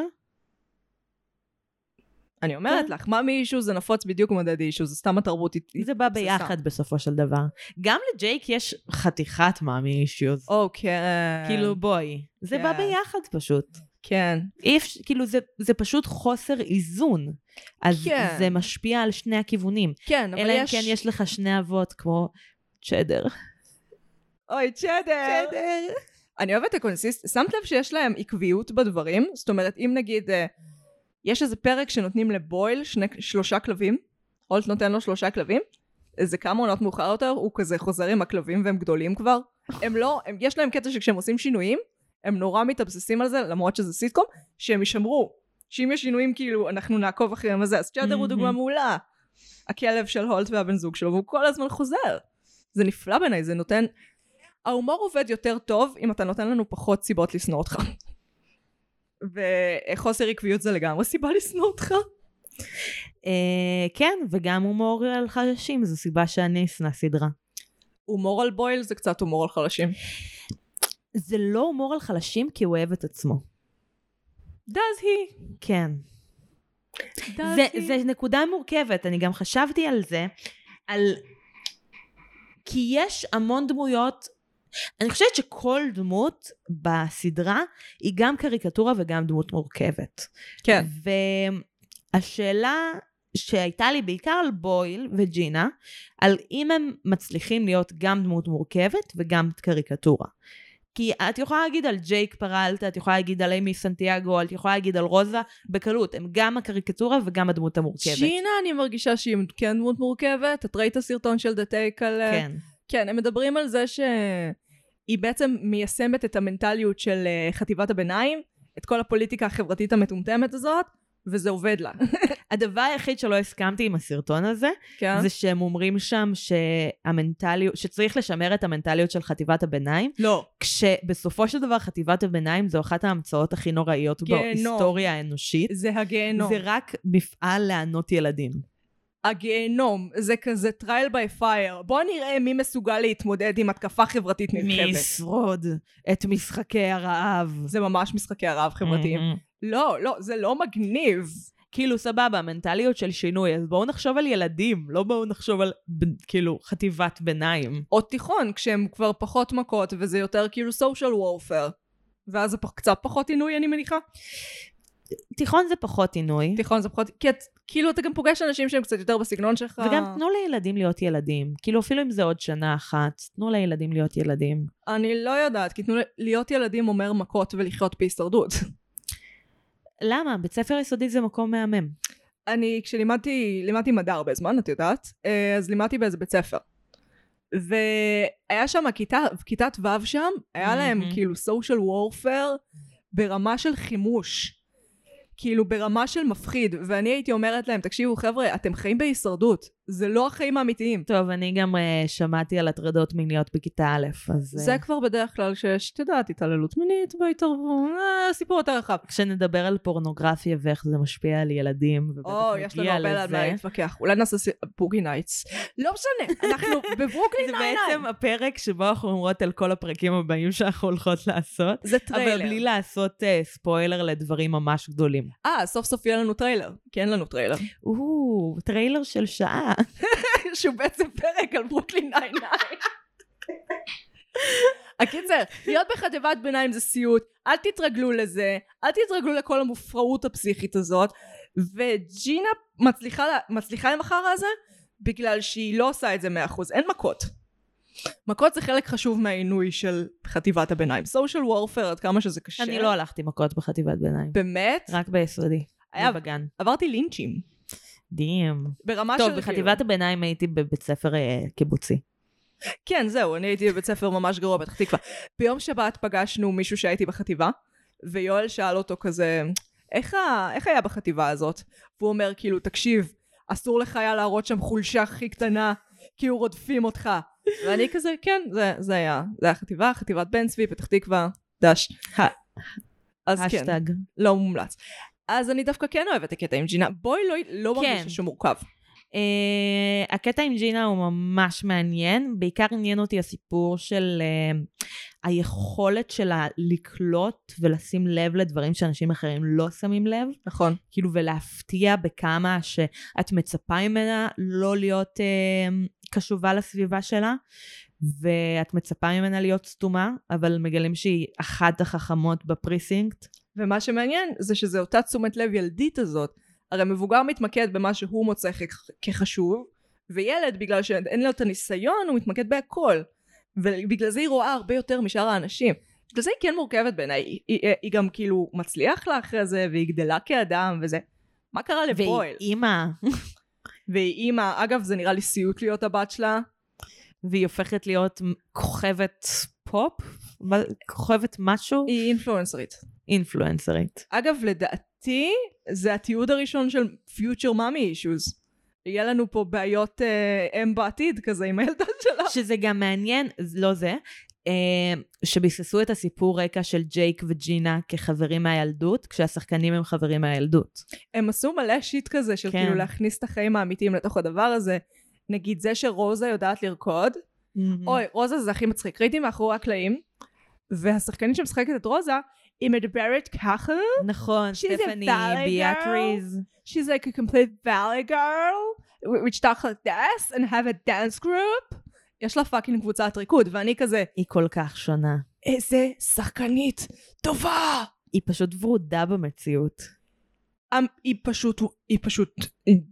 Speaker 1: אני אומרת לך, מאמי אישו זה נפוץ בדיוק כמו דדי אישו, זה סתם התרבות. היא-
Speaker 2: כן. זה בא
Speaker 1: סתם.
Speaker 2: ביחד בסופו של דבר. גם לג'ייק יש חתיכת מאמי אישיוז.
Speaker 1: או, כן.
Speaker 2: כאילו בואי, זה בא
Speaker 1: כן.
Speaker 2: ביחד פשוט.
Speaker 1: כן.
Speaker 2: אי אפשר, כאילו זה, זה פשוט חוסר איזון. אז
Speaker 1: כן.
Speaker 2: זה משפיע על שני הכיוונים.
Speaker 1: כן, אבל יש...
Speaker 2: אלא אם כן יש לך שני אבות כמו צ'דר.
Speaker 1: אוי, צ'דר. אני אוהבת את הקונסיסט, שמת לב שיש להם עקביות בדברים? זאת אומרת, אם נגיד, אה, יש איזה פרק שנותנים לבויל שני, שלושה כלבים, הולט נותן לו שלושה כלבים, איזה כמה עונות מאוחר יותר, הוא כזה חוזר עם הכלבים והם גדולים כבר. הם לא, הם, יש להם קטע שכשהם עושים שינויים, הם נורא מתאבססים על זה, למרות שזה סיטקום, שהם יישמרו. שאם יש שינויים כאילו, אנחנו נעקוב אחריהם וזה, אז צ'אדר הוא דוגמה
Speaker 2: מהמם.
Speaker 1: מעולה. הכלב של הולט והבן זוג שלו, והוא כל הזמן חוזר. זה נפלא בעיניי, זה נותן... ההומור עובד יותר טוב אם אתה נותן לנו פחות סיבות לשנוא אותך. וחוסר עקביות זה לגמרי סיבה לשנוא אותך.
Speaker 2: אה, כן, וגם הומור על חלשים, זו סיבה שאני אשנא סדרה.
Speaker 1: הומור על בויל זה קצת הומור על חלשים.
Speaker 2: זה לא הומור על חלשים כי הוא אוהב את עצמו.
Speaker 1: does he?
Speaker 2: כן.
Speaker 1: does
Speaker 2: זה,
Speaker 1: he?
Speaker 2: זה נקודה מורכבת, אני גם חשבתי על זה, על... כי יש המון דמויות, אני חושבת שכל דמות בסדרה היא גם קריקטורה וגם דמות מורכבת.
Speaker 1: כן.
Speaker 2: והשאלה שהייתה לי בעיקר על בויל וג'ינה, על אם הם מצליחים להיות גם דמות מורכבת וגם קריקטורה. כי את יכולה להגיד על ג'ייק פרלטה, את יכולה להגיד על אימי סנטיאגו, את יכולה להגיד על רוזה, בקלות, הם גם הקריקטורה וגם הדמות המורכבת.
Speaker 1: שינה אני מרגישה שהיא כן דמות מורכבת, את ראית את הסרטון של דה טייק על...
Speaker 2: כן.
Speaker 1: כן, הם מדברים על זה שהיא בעצם מיישמת את המנטליות של אה, חטיבת הביניים, את כל הפוליטיקה החברתית המטומטמת הזאת, וזה עובד לה.
Speaker 2: הדבר היחיד שלא הסכמתי עם הסרטון הזה,
Speaker 1: כן?
Speaker 2: זה שהם אומרים שם שהמנטליות, שצריך לשמר את המנטליות של חטיבת הביניים,
Speaker 1: לא.
Speaker 2: כשבסופו של דבר חטיבת הביניים זו אחת ההמצאות הכי נוראיות
Speaker 1: גיהנום.
Speaker 2: בהיסטוריה האנושית.
Speaker 1: זה הגיהנום.
Speaker 2: כן, זה רק מפעל לענות ילדים.
Speaker 1: הגיהנום, זה כזה trial by fire. בוא נראה מי מסוגל להתמודד עם התקפה חברתית
Speaker 2: מי
Speaker 1: נרחבת.
Speaker 2: ישרוד את משחקי הרעב.
Speaker 1: זה ממש משחקי הרעב חברתיים.
Speaker 2: Mhm.
Speaker 1: לא, לא, זה לא מגניב.
Speaker 2: כאילו, סבבה, מנטליות של שינוי, אז בואו נחשוב על ילדים, לא בואו נחשוב על, ב- כאילו, חטיבת ביניים.
Speaker 1: או תיכון, כשהם כבר פחות מכות, וזה יותר כאילו social warfare. ואז זה פח- קצת פחות עינוי, אני מניחה.
Speaker 2: תיכון זה פחות עינוי,
Speaker 1: תיכון זה פחות... כי את, כאילו אתה גם פוגש אנשים שהם קצת יותר בסגנון שלך.
Speaker 2: וגם תנו לילדים להיות ילדים. כאילו, אפילו אם זה עוד שנה אחת, תנו לילדים להיות ילדים.
Speaker 1: אני לא יודעת, כי תנו ל- להיות ילדים אומר מכות ולחיות בהישרדות.
Speaker 2: למה? בית ספר יסודי זה מקום מהמם.
Speaker 1: אני, כשלימדתי, לימדתי מדע הרבה זמן, את יודעת, אה, אז לימדתי באיזה בית ספר. והיה שם הכיתה, כיתת ו' שם, היה להם
Speaker 2: מהמם.
Speaker 1: כאילו social warfare ברמה של חימוש. כאילו ברמה של מפחיד, ואני הייתי אומרת להם, תקשיבו חבר'ה, אתם חיים בהישרדות, זה לא החיים האמיתיים.
Speaker 2: טוב, אני גם אה, שמעתי על הטרדות מיניות בכיתה א', אז... אה,
Speaker 1: זה כבר בדרך כלל שיש, את יודעת, התעללות מינית והתערבות, אה, סיפור יותר רחב.
Speaker 2: כשנדבר על פורנוגרפיה ואיך זה משפיע על ילדים, ובטח
Speaker 1: או, יש לנו
Speaker 2: נגיע
Speaker 1: הרבה על מה
Speaker 2: לזה.
Speaker 1: להתווכח. אולי נעשה ס- בוגי נייטס. לא משנה, אנחנו בברוקלין
Speaker 2: <laughs> זה
Speaker 1: נייניין.
Speaker 2: בעצם הפרק שבו אנחנו אומרות על כל הפרקים הבאים שאנחנו הולכות לעשות,
Speaker 1: זה
Speaker 2: אבל
Speaker 1: טריילר.
Speaker 2: בלי לעשות אה, ספוילר לדברים ממש גדולים.
Speaker 1: אה, סוף סוף יהיה לנו טריילר. כי אין לנו טריילר.
Speaker 2: או, טריילר של שעה.
Speaker 1: שהוא בעצם פרק על ברוקלין נייניין. הקיצר, להיות בחטיבת ביניים זה סיוט, אל תתרגלו לזה, אל תתרגלו לכל המופרעות הפסיכית הזאת, וג'ינה מצליחה, לה- מצליחה עם החרא הזה בגלל שהיא לא עושה את זה מאה אחוז, אין מכות. מכות זה חלק חשוב מהעינוי של חטיבת הביניים. סושיאל וורפר, עד כמה שזה קשה.
Speaker 2: אני לא הלכתי מכות בחטיבת ביניים,
Speaker 1: באמת?
Speaker 2: רק ביסודי.
Speaker 1: היה-
Speaker 2: היה בגן.
Speaker 1: עברתי לינצ'ים.
Speaker 2: מדהים.
Speaker 1: ברמה של...
Speaker 2: טוב, בחטיבת הביניים הייתי בבית ספר אה, קיבוצי.
Speaker 1: כן, זהו, אני הייתי בבית ספר ממש גרוע בפתח תקווה. ביום שבת פגשנו מישהו שהייתי בחטיבה, ויואל שאל אותו כזה, איך, ה... איך היה בחטיבה הזאת? והוא אומר, כאילו, תקשיב, אסור לך היה להראות שם חולשה הכי קטנה, כאילו רודפים אותך. ואני כזה, כן, זה, זה היה, זה היה חטיבה, חטיבת בן צבי, פתח תקווה, דש. אז כן,
Speaker 2: השטג.
Speaker 1: לא מומלץ. אז אני דווקא כן אוהבת את הקטע עם ג'ינה. בואי לא, לא
Speaker 2: כן.
Speaker 1: מרגיש שהוא מורכב.
Speaker 2: אה, הקטע עם ג'ינה הוא ממש מעניין, בעיקר עניין אותי הסיפור של אה, היכולת שלה לקלוט ולשים לב לדברים שאנשים אחרים לא שמים לב,
Speaker 1: נכון.
Speaker 2: כאילו ולהפתיע בכמה שאת מצפה ממנה לא להיות אה, קשובה לסביבה שלה, ואת מצפה ממנה להיות סתומה, אבל מגלים שהיא אחת החכמות בפריסינקט.
Speaker 1: ומה שמעניין זה שזה אותה תשומת לב ילדית הזאת. הרי מבוגר מתמקד במה שהוא מוצא כ- כחשוב, וילד בגלל שאין לו את הניסיון הוא מתמקד בהכל. ובגלל זה היא רואה הרבה יותר משאר האנשים. בגלל זה היא כן מורכבת בעיניי, היא, היא, היא גם כאילו מצליח לה אחרי זה, והיא גדלה כאדם וזה. מה קרה לפויל?
Speaker 2: והיא אימא,
Speaker 1: והיא אימא, אגב זה נראה לי סיוט להיות הבת שלה.
Speaker 2: והיא הופכת להיות כוכבת פופ, מה- כוכבת משהו,
Speaker 1: היא אינפלואנסרית.
Speaker 2: אינפלואנסרית.
Speaker 1: אגב, לדעתי, זה התיעוד הראשון של פיוטר מאמי אישוז. יהיה לנו פה בעיות אה, אם בעתיד כזה עם הילדה שלה.
Speaker 2: שזה גם מעניין, ז- לא זה, אה, שביססו את הסיפור רקע של ג'ייק וג'ינה כחברים מהילדות, כשהשחקנים הם חברים מהילדות.
Speaker 1: הם עשו מלא שיט כזה של
Speaker 2: כן.
Speaker 1: כאילו להכניס את החיים האמיתיים לתוך הדבר הזה. נגיד זה שרוזה יודעת לרקוד, אוי, רוזה זה הכי מצחיק. ראיתי מאחורי הקלעים, והשחקנית שמשחקת את רוזה, היא מדברת ככה,
Speaker 2: נכון,
Speaker 1: She's a
Speaker 2: סטפני,
Speaker 1: valley girl.
Speaker 2: ביאטריז.
Speaker 1: She's like a complete valley girl, which talk like this and have a dance group. יש לה פאקינג קבוצת ריקוד, ואני כזה,
Speaker 2: היא כל כך שונה.
Speaker 1: איזה שחקנית טובה!
Speaker 2: היא פשוט ורודה במציאות.
Speaker 1: אמ, היא פשוט, היא פשוט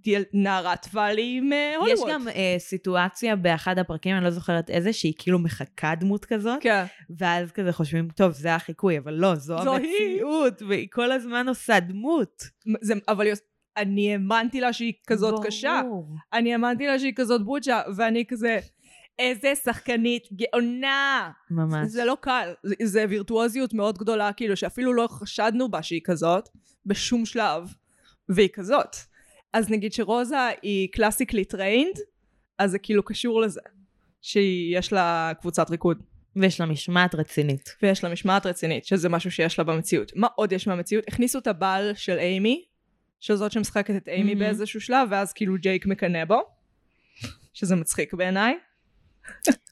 Speaker 1: דיאל- נערת ואלי מהוליווד.
Speaker 2: יש גם אה, סיטואציה באחד הפרקים, אני לא זוכרת איזה, שהיא כאילו מחקה דמות כזאת.
Speaker 1: כן.
Speaker 2: ואז כזה חושבים, טוב, זה החיקוי, אבל לא, זו,
Speaker 1: זו
Speaker 2: זו
Speaker 1: היא.
Speaker 2: המציאות, והיא כל הזמן עושה דמות.
Speaker 1: זה, אבל היא עוש- אני האמנתי לה שהיא כזאת
Speaker 2: ברור.
Speaker 1: קשה. אני האמנתי לה שהיא כזאת בוצ'ה, ואני כזה, איזה שחקנית גאונה!
Speaker 2: ממש.
Speaker 1: זה לא קל, זה, זה וירטואוזיות מאוד גדולה, כאילו שאפילו לא חשדנו בה שהיא כזאת, בשום שלב, והיא כזאת. אז נגיד שרוזה היא קלאסיקלי טריינד, אז זה כאילו קשור לזה, שיש לה קבוצת ריקוד,
Speaker 2: ויש לה משמעת רצינית.
Speaker 1: ויש לה משמעת רצינית, שזה משהו שיש לה במציאות. מה עוד יש מהמציאות? הכניסו את הבעל של אימי, של זאת שמשחקת את אימי mm-hmm.
Speaker 2: Mhm.
Speaker 1: באיזשהו שלב, ואז כאילו ג'ייק מקנא בו, שזה מצחיק בעיניי.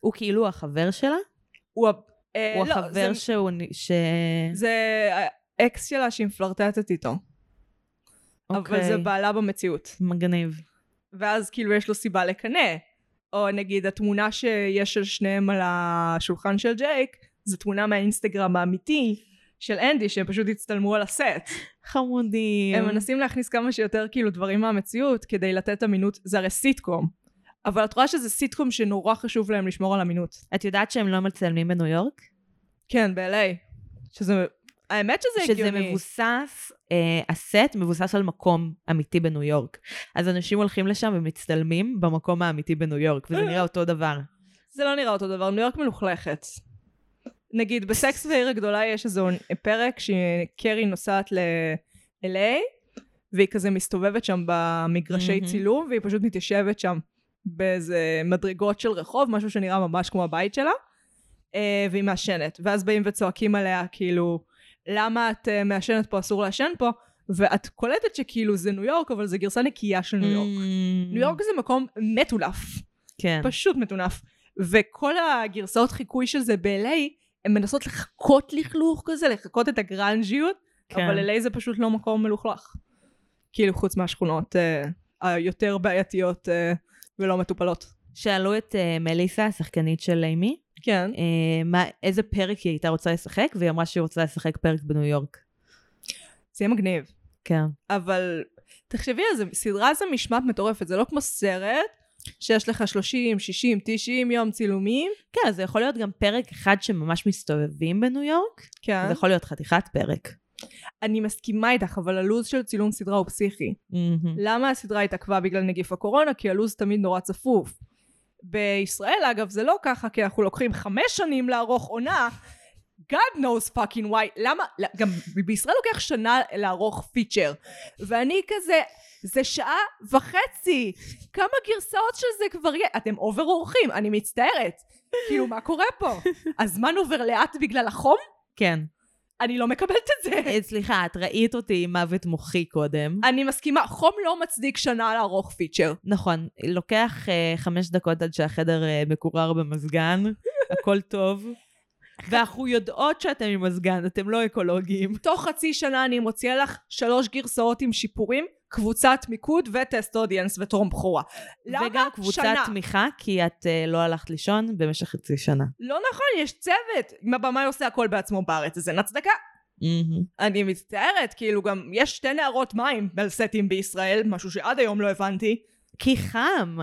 Speaker 2: הוא כאילו החבר שלה?
Speaker 1: הוא, ה- אה,
Speaker 2: הוא
Speaker 1: לא,
Speaker 2: החבר
Speaker 1: זה,
Speaker 2: שהוא... נ- ש...
Speaker 1: זה האקס שלה שהיא מפלרטטת איתו. אבל זה
Speaker 2: אוקיי.
Speaker 1: בעלה במציאות.
Speaker 2: מגניב.
Speaker 1: ואז כאילו יש לו סיבה לקנא. או נגיד התמונה שיש של שניהם על השולחן של ג'ייק, זו תמונה מהאינסטגרם האמיתי של אנדי, שהם פשוט הצטלמו על הסט.
Speaker 2: חמודים.
Speaker 1: הם מנסים להכניס כמה שיותר כאילו דברים מהמציאות כדי לתת אמינות, זה הרי סיטקום. אבל את רואה שזה סיטקום שנורא חשוב להם לשמור על אמינות.
Speaker 2: את יודעת שהם לא מצלמים בניו יורק?
Speaker 1: כן, ב-LA. שזה... האמת שזה
Speaker 2: שזה
Speaker 1: הגיוני.
Speaker 2: מבוסס, אה, הסט מבוסס על מקום אמיתי בניו יורק. אז אנשים הולכים לשם ומצטלמים במקום האמיתי בניו יורק, וזה נראה אותו דבר.
Speaker 1: זה לא נראה אותו דבר, ניו יורק מלוכלכת. נגיד בסקס והעיר הגדולה יש איזה פרק שקרי נוסעת ל-LA והיא כזה מסתובבת שם במגרשי
Speaker 2: מהמם.
Speaker 1: צילום והיא פשוט מתיישבת שם באיזה מדרגות של רחוב, משהו שנראה ממש כמו הבית שלה אה, והיא מעשנת. ואז באים וצועקים עליה כאילו למה את אה, מעשנת פה אסור לעשן פה ואת קולטת שכאילו זה ניו יורק אבל זה גרסה נקייה של ניו יורק. ניו יורק זה מקום מטולף.
Speaker 2: Mm, כן.
Speaker 1: פשוט מטונף. וכל הגרסאות חיקוי של זה ב-LA, הן מנסות לחקות לכלוך כזה, לחקות את הגרנג'יות,
Speaker 2: כן.
Speaker 1: כן. אבל LA זה פשוט לא מקום מלוכלך. כאילו חוץ מהשכונות אה, היותר בעייתיות אה, ולא מטופלות.
Speaker 2: שאלו את אה, מליסה, השחקנית של אימי,
Speaker 1: כן.
Speaker 2: אה, מה, איזה פרק היא הייתה רוצה לשחק, והיא אמרה שהיא רוצה לשחק פרק בניו יורק.
Speaker 1: זה יהיה מגניב.
Speaker 2: כן.
Speaker 1: אבל תחשבי על זה, סדרה זה משמעת מטורפת, זה לא כמו סרט שיש לך 30, 60, 90 יום צילומים.
Speaker 2: כן, אז זה יכול להיות גם פרק אחד שממש מסתובבים בניו יורק,
Speaker 1: כן.
Speaker 2: זה יכול להיות חתיכת פרק.
Speaker 1: אני מסכימה איתך, אבל הלו"ז של צילום סדרה הוא פסיכי.
Speaker 2: מהמם.
Speaker 1: למה הסדרה התעכבה בגלל נגיף הקורונה? כי הלו"ז תמיד נורא צפוף. בישראל אגב זה לא ככה כי אנחנו לוקחים חמש שנים לערוך עונה God knows fucking why למה גם בישראל לוקח שנה לערוך פיצ'ר ואני כזה זה שעה וחצי כמה גרסאות של זה כבר יהיה אתם אובר עורכים אני מצטערת כאילו מה קורה פה הזמן עובר לאט בגלל החום
Speaker 2: כן.
Speaker 1: אני לא מקבלת את זה.
Speaker 2: אה, סליחה, את ראית אותי עם מוות מוחי קודם.
Speaker 1: אני מסכימה, חום לא מצדיק שנה לערוך פיצ'ר.
Speaker 2: נכון, לוקח אה, חמש דקות עד שהחדר אה, מקורר במזגן, הכל <laughs> טוב. ואנחנו יודעות שאתם עם מזגן, אתם לא אקולוגיים.
Speaker 1: תוך חצי שנה אני מוציאה לך שלוש גרסאות עם שיפורים, קבוצת מיקוד וטסט אודיאנס ותורם בכורה. למה
Speaker 2: וגם קבוצת
Speaker 1: שנה?
Speaker 2: תמיכה, כי את אה, לא הלכת לישון במשך חצי שנה.
Speaker 1: לא נכון, יש צוות. אם הבמאי עושה הכל בעצמו בארץ, אז אין הצדקה. אני מצטערת, כאילו גם יש שתי נערות מים על סטים בישראל, משהו שעד היום לא הבנתי.
Speaker 2: כי חם.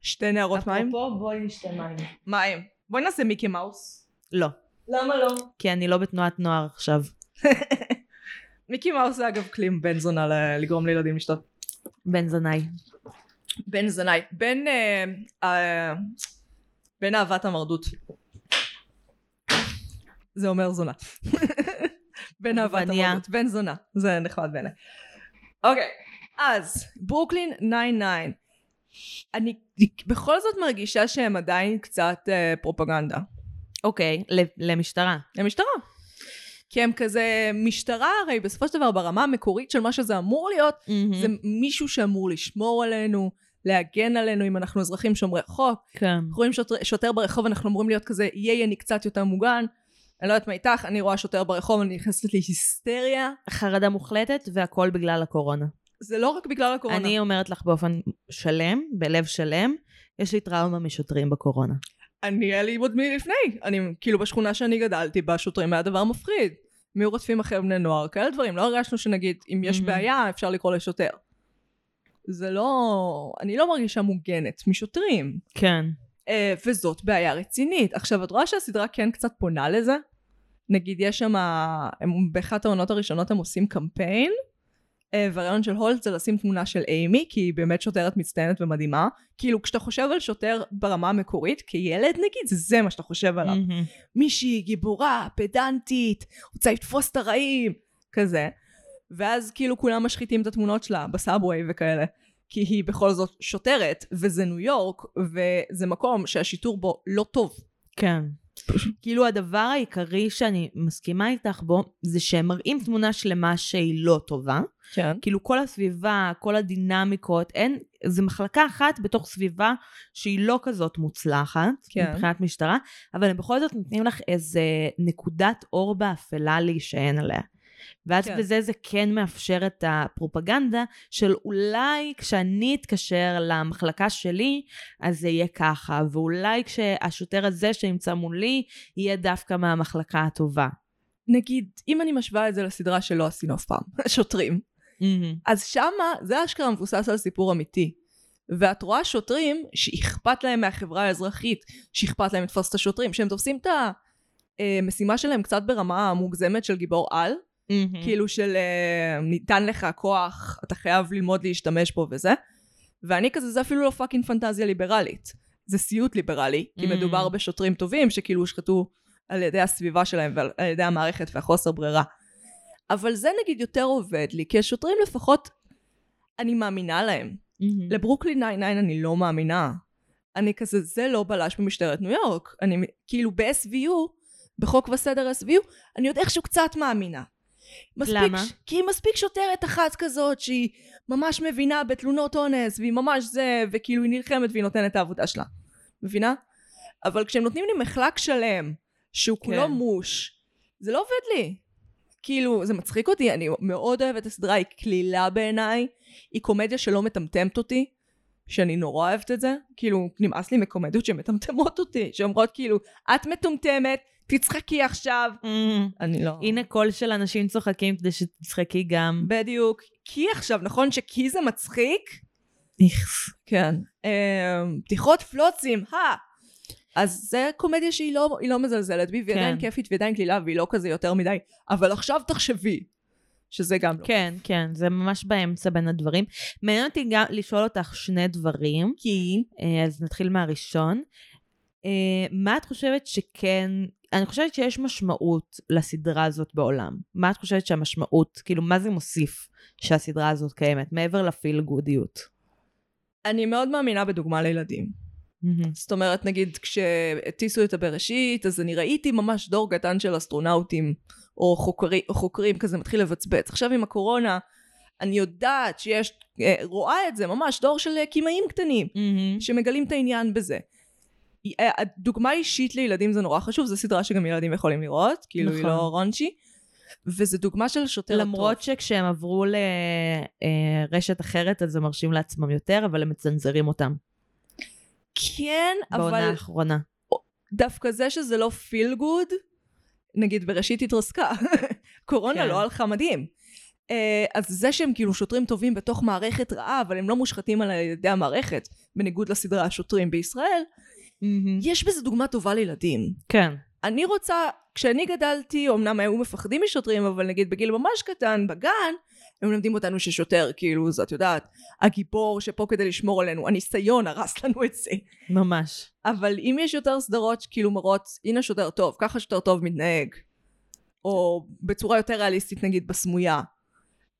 Speaker 1: שתי נערות מים?
Speaker 2: בואי נשתה מים.
Speaker 1: מים. בואי נעשה מיקי מאוס.
Speaker 2: לא,
Speaker 1: למה לא?
Speaker 2: כי אני לא בתנועת נוער עכשיו.
Speaker 1: מיקי מאוס זה אגב כלים בן זונה ל- אה, לגרום לילדים לשתות.
Speaker 2: בן זנאי.
Speaker 1: בן זנאי. בן... אה, אה, בן אהבת המרדות. זה אומר זונה. <laughs> בן אהבת
Speaker 2: עגבניה.
Speaker 1: המרדות. בן זונה. זה נחמד בעיניי. אוקיי, אז ברוקלין 99. אני בכל זאת מרגישה שהם עדיין קצת אה, פרופגנדה.
Speaker 2: אוקיי, ל- למשטרה.
Speaker 1: למשטרה. כי הם כזה, משטרה הרי בסופו של דבר ברמה המקורית של מה שזה אמור להיות, זה מישהו שאמור לשמור עלינו, להגן עלינו אם אנחנו אזרחים שומרי חוק.
Speaker 2: כן.
Speaker 1: אנחנו רואים שוטר, שוטר ברחוב, אנחנו אמורים להיות כזה, יהיה אני קצת יותר מוגן. אני לא יודעת מה איתך, אני רואה שוטר ברחוב, אני נכנסת להיסטריה.
Speaker 2: חרדה מוחלטת והכל בגלל הקורונה.
Speaker 1: זה לא רק בגלל הקורונה.
Speaker 2: אני אומרת לך באופן שלם, בלב שלם, יש לי טראומה משוטרים בקורונה.
Speaker 1: אני, היה לי עוד מלפני. אני, כאילו בשכונה שאני גדלתי בה, שוטרים היה דבר מפחיד. מי רודפים אחרי בני נוער, כאלה דברים. לא הרגשנו שנגיד, אם יש
Speaker 2: Mhm.
Speaker 1: בעיה, אפשר לקרוא לשוטר. זה לא... אני לא מרגישה מוגנת משוטרים.
Speaker 2: כן.
Speaker 1: אה, וזאת בעיה רצינית. עכשיו, את רואה שהסדרה כן קצת פונה לזה? נגיד, יש שם, הם- באחת העונות הראשונות הם עושים קמפיין, אה, והרעיון של הולט זה לשים תמונה של אימי, כי היא באמת שוטרת מצטיינת ומדהימה. כאילו, כשאתה חושב על שוטר ברמה המקורית, כילד נגיד, זה- זה מה שאתה חושב עליו. מישהי גיבורה, פדנטית, רוצה לתפוס את הרעים, כזה. ואז כאילו כולם משחיתים את התמונות שלה בסאבווי וכאלה. כי היא בכל זאת שוטרת, וזה ניו יורק, וזה מקום שהשיטור בו לא טוב.
Speaker 2: כן. כאילו הדבר העיקרי שאני מסכימה איתך בו, זה שהם מראים תמונה שלמה שהיא לא טובה.
Speaker 1: כן.
Speaker 2: כאילו כל הסביבה, כל הדינמיקות, אין, זה מחלקה אחת בתוך סביבה שהיא לא כזאת מוצלחת,
Speaker 1: כן.
Speaker 2: כן. מבחינת משטרה, אבל הם בכל זאת נותנים לך איזה נקודת אור באפלה להישען עליה. ואז
Speaker 1: כן.
Speaker 2: כן. בזה זה כן מאפשר את הפרופגנדה של אולי כשאני אתקשר למחלקה שלי, אז זה יהיה ככה, ואולי כשהשוטר הזה שנמצא מולי יהיה דווקא מהמחלקה הטובה.
Speaker 1: נגיד, אם אני משווה את זה לסדרה שלא עשינו אף פעם, <laughs> שוטרים, אז שמה זה אשכרה מבוסס על סיפור אמיתי. ואת רואה שוטרים שאכפת להם מהחברה האזרחית, שאכפת להם לתפוס את השוטרים, שהם תופסים את המשימה שלהם קצת ברמה המוגזמת של גיבור על, כאילו של אה, ניתן לך כוח, אתה חייב ללמוד להשתמש בו וזה. ואני כזה, זה אפילו לא פאקינג פנטזיה ליברלית. זה סיוט ליברלי, כי
Speaker 2: Mm.
Speaker 1: מדובר בשוטרים טובים שכאילו הושחתו על ידי הסביבה שלהם ועל על ידי המערכת והחוסר ברירה. אבל זה נגיד יותר עובד לי, כי השוטרים לפחות, אני מאמינה להם.
Speaker 2: כאילו,
Speaker 1: לברוקלין 99 אני לא מאמינה. אני כזה, זה לא בלש במשטרת ניו יורק. אני מ- כאילו ב-SVU, בחוק וסדר SVU, אני עוד איכשהו קצת מאמינה. מספיק,
Speaker 2: למה?
Speaker 1: ש- כי מספיק שוטרת אחת כזאת שהיא ממש מבינה בתלונות אונס, והיא ממש זה, וכאילו היא נלחמת והיא נותנת את העבודה שלה. מבינה? אבל כשהם נותנים לי מחלק שלם, שהוא כולו
Speaker 2: כן.
Speaker 1: מוש, זה לא עובד לי. כאילו, זה מצחיק אותי, אני מאוד אוהבת את הסדרה, היא קלילה בעיניי, היא קומדיה שלא מטמטמת אותי, שאני נורא אוהבת את זה, כאילו, נמאס לי מקומדיות שמטמטמות אותי, שאומרות כאילו, את מטומטמת, תצחקי עכשיו. אני לא...
Speaker 2: הנה קול של אנשים צוחקים כדי שתצחקי גם.
Speaker 1: בדיוק. כי עכשיו, נכון שכי זה מצחיק?
Speaker 2: איכס.
Speaker 1: כן. אמ, בדיחות פלוצים, הא! אז זה קומדיה שהיא לא, היא לא מזלזלת בי, והיא
Speaker 2: כן.
Speaker 1: עדיין כיפית והיא עדיין קלילה, והיא לא כזה יותר מדי, אבל עכשיו תחשבי, שזה גם לא.
Speaker 2: כן, כן, זה ממש באמצע בין הדברים. מעניין אותי גם לשאול אותך שני דברים,
Speaker 1: כי...
Speaker 2: אה, אז נתחיל מהראשון. אה, מה את חושבת שכן, אני חושבת שיש משמעות לסדרה הזאת בעולם. מה את חושבת שהמשמעות, כאילו, מה זה מוסיף שהסדרה הזאת קיימת, מעבר לפיל גודיות?
Speaker 1: אני מאוד מאמינה בדוגמה לילדים.
Speaker 2: מהמם.
Speaker 1: זאת אומרת, נגיד, כשהטיסו את הבראשית, אז אני ראיתי ממש דור קטן של אסטרונאוטים, או חוקרי, או חוקרים כזה מתחיל לבצבץ. עכשיו עם הקורונה, אני יודעת שיש, אה, רואה את זה, ממש דור של אה, קימאים קטנים,
Speaker 2: מהמם.
Speaker 1: שמגלים את העניין בזה. אה, הדוגמה אישית לילדים זה נורא חשוב, זו סדרה שגם ילדים יכולים לראות, כאילו היא
Speaker 2: נכון.
Speaker 1: לא רונצ'י, וזו דוגמה של שוטר הטוב.
Speaker 2: למרות שכשהם עברו לרשת אחרת, אז הם מרשים לעצמם יותר, אבל הם מצנזרים אותם.
Speaker 1: כן,
Speaker 2: בעונה
Speaker 1: אבל
Speaker 2: האחרונה.
Speaker 1: דווקא זה שזה לא פיל גוד, נגיד בראשית התרסקה, <laughs> קורונה
Speaker 2: כן.
Speaker 1: לא הלכה מדהים. אה, אז זה שהם כאילו שוטרים טובים בתוך מערכת רעה, אבל הם לא מושחתים על ידי המערכת, בניגוד לסדרה השוטרים בישראל, יש בזה דוגמה טובה לילדים.
Speaker 2: כן.
Speaker 1: אני רוצה, כשאני גדלתי, אמנם היו מפחדים משוטרים, אבל נגיד בגיל ממש קטן, בגן, הם מלמדים אותנו ששוטר, כאילו, זה את יודעת, הגיבור שפה כדי לשמור עלינו, הניסיון הרס לנו את זה.
Speaker 2: ממש.
Speaker 1: אבל אם יש יותר סדרות שכאילו מראות, הנה שוטר טוב, ככה שוטר טוב מתנהג, או בצורה יותר ריאליסטית נגיד בסמויה,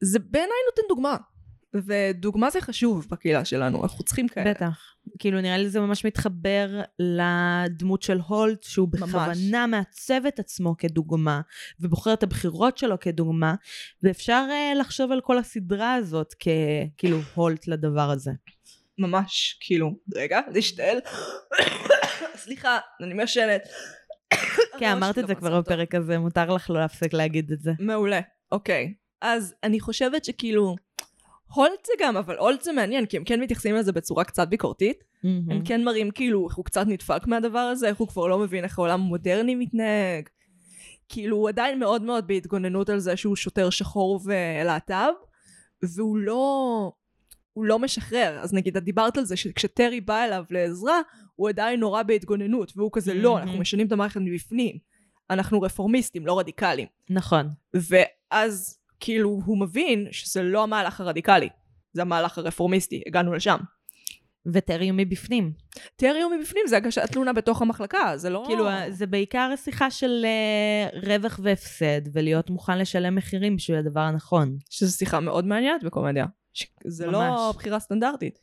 Speaker 1: זה בעיניי נותן דוגמה. ודוגמה זה חשוב בקהילה שלנו, אנחנו צריכים כאלה.
Speaker 2: בטח. כאילו, נראה לי זה ממש מתחבר לדמות של הולט, שהוא
Speaker 1: ממש.
Speaker 2: בכוונה מעצב את עצמו כדוגמה, ובוחר את הבחירות שלו כדוגמה, ואפשר אה, לחשוב על כל הסדרה הזאת ככאילו הולט לדבר הזה.
Speaker 1: ממש, כאילו, רגע, להשתעל. סליחה, אני מעשנת.
Speaker 2: <coughs> כן, אמרת
Speaker 1: שלי
Speaker 2: את זה
Speaker 1: לא
Speaker 2: כבר
Speaker 1: מצב טוב.
Speaker 2: בפרק הזה, מותר לך לא להפסיק להגיד את זה.
Speaker 1: מעולה, אוקיי. אז אני חושבת שכאילו, הולט זה גם, אבל הולט זה מעניין, כי הם כן מתייחסים לזה בצורה קצת ביקורתית. הם כן מראים כאילו איך הוא קצת נדפק מהדבר הזה, איך הוא כבר לא מבין איך העולם המודרני מתנהג. כאילו הוא עדיין מאוד מאוד בהתגוננות על זה שהוא שוטר שחור ולהט"ב, והוא לא... הוא לא משחרר. אז נגיד את דיברת על זה שכשטרי בא אליו לעזרה, הוא עדיין נורא בהתגוננות, והוא כזה לא, אנחנו
Speaker 2: מהמם.
Speaker 1: משנים את המערכת מבפנים. אנחנו רפורמיסטים, לא רדיקלים.
Speaker 2: נכון.
Speaker 1: ואז כאילו הוא מבין שזה לא המהלך הרדיקלי, זה המהלך הרפורמיסטי, הגענו לשם.
Speaker 2: וטרי מבפנים.
Speaker 1: תיארי הוא מבפנים זה הגשת תלונה בתוך המחלקה, זה לא...
Speaker 2: כאילו, זה בעיקר השיחה של אה, רווח והפסד, ולהיות מוכן לשלם מחירים בשביל הדבר הנכון.
Speaker 1: שזו שיחה מאוד מעניינת בקומדיה. ש... זה לא
Speaker 2: ממש.
Speaker 1: בחירה סטנדרטית.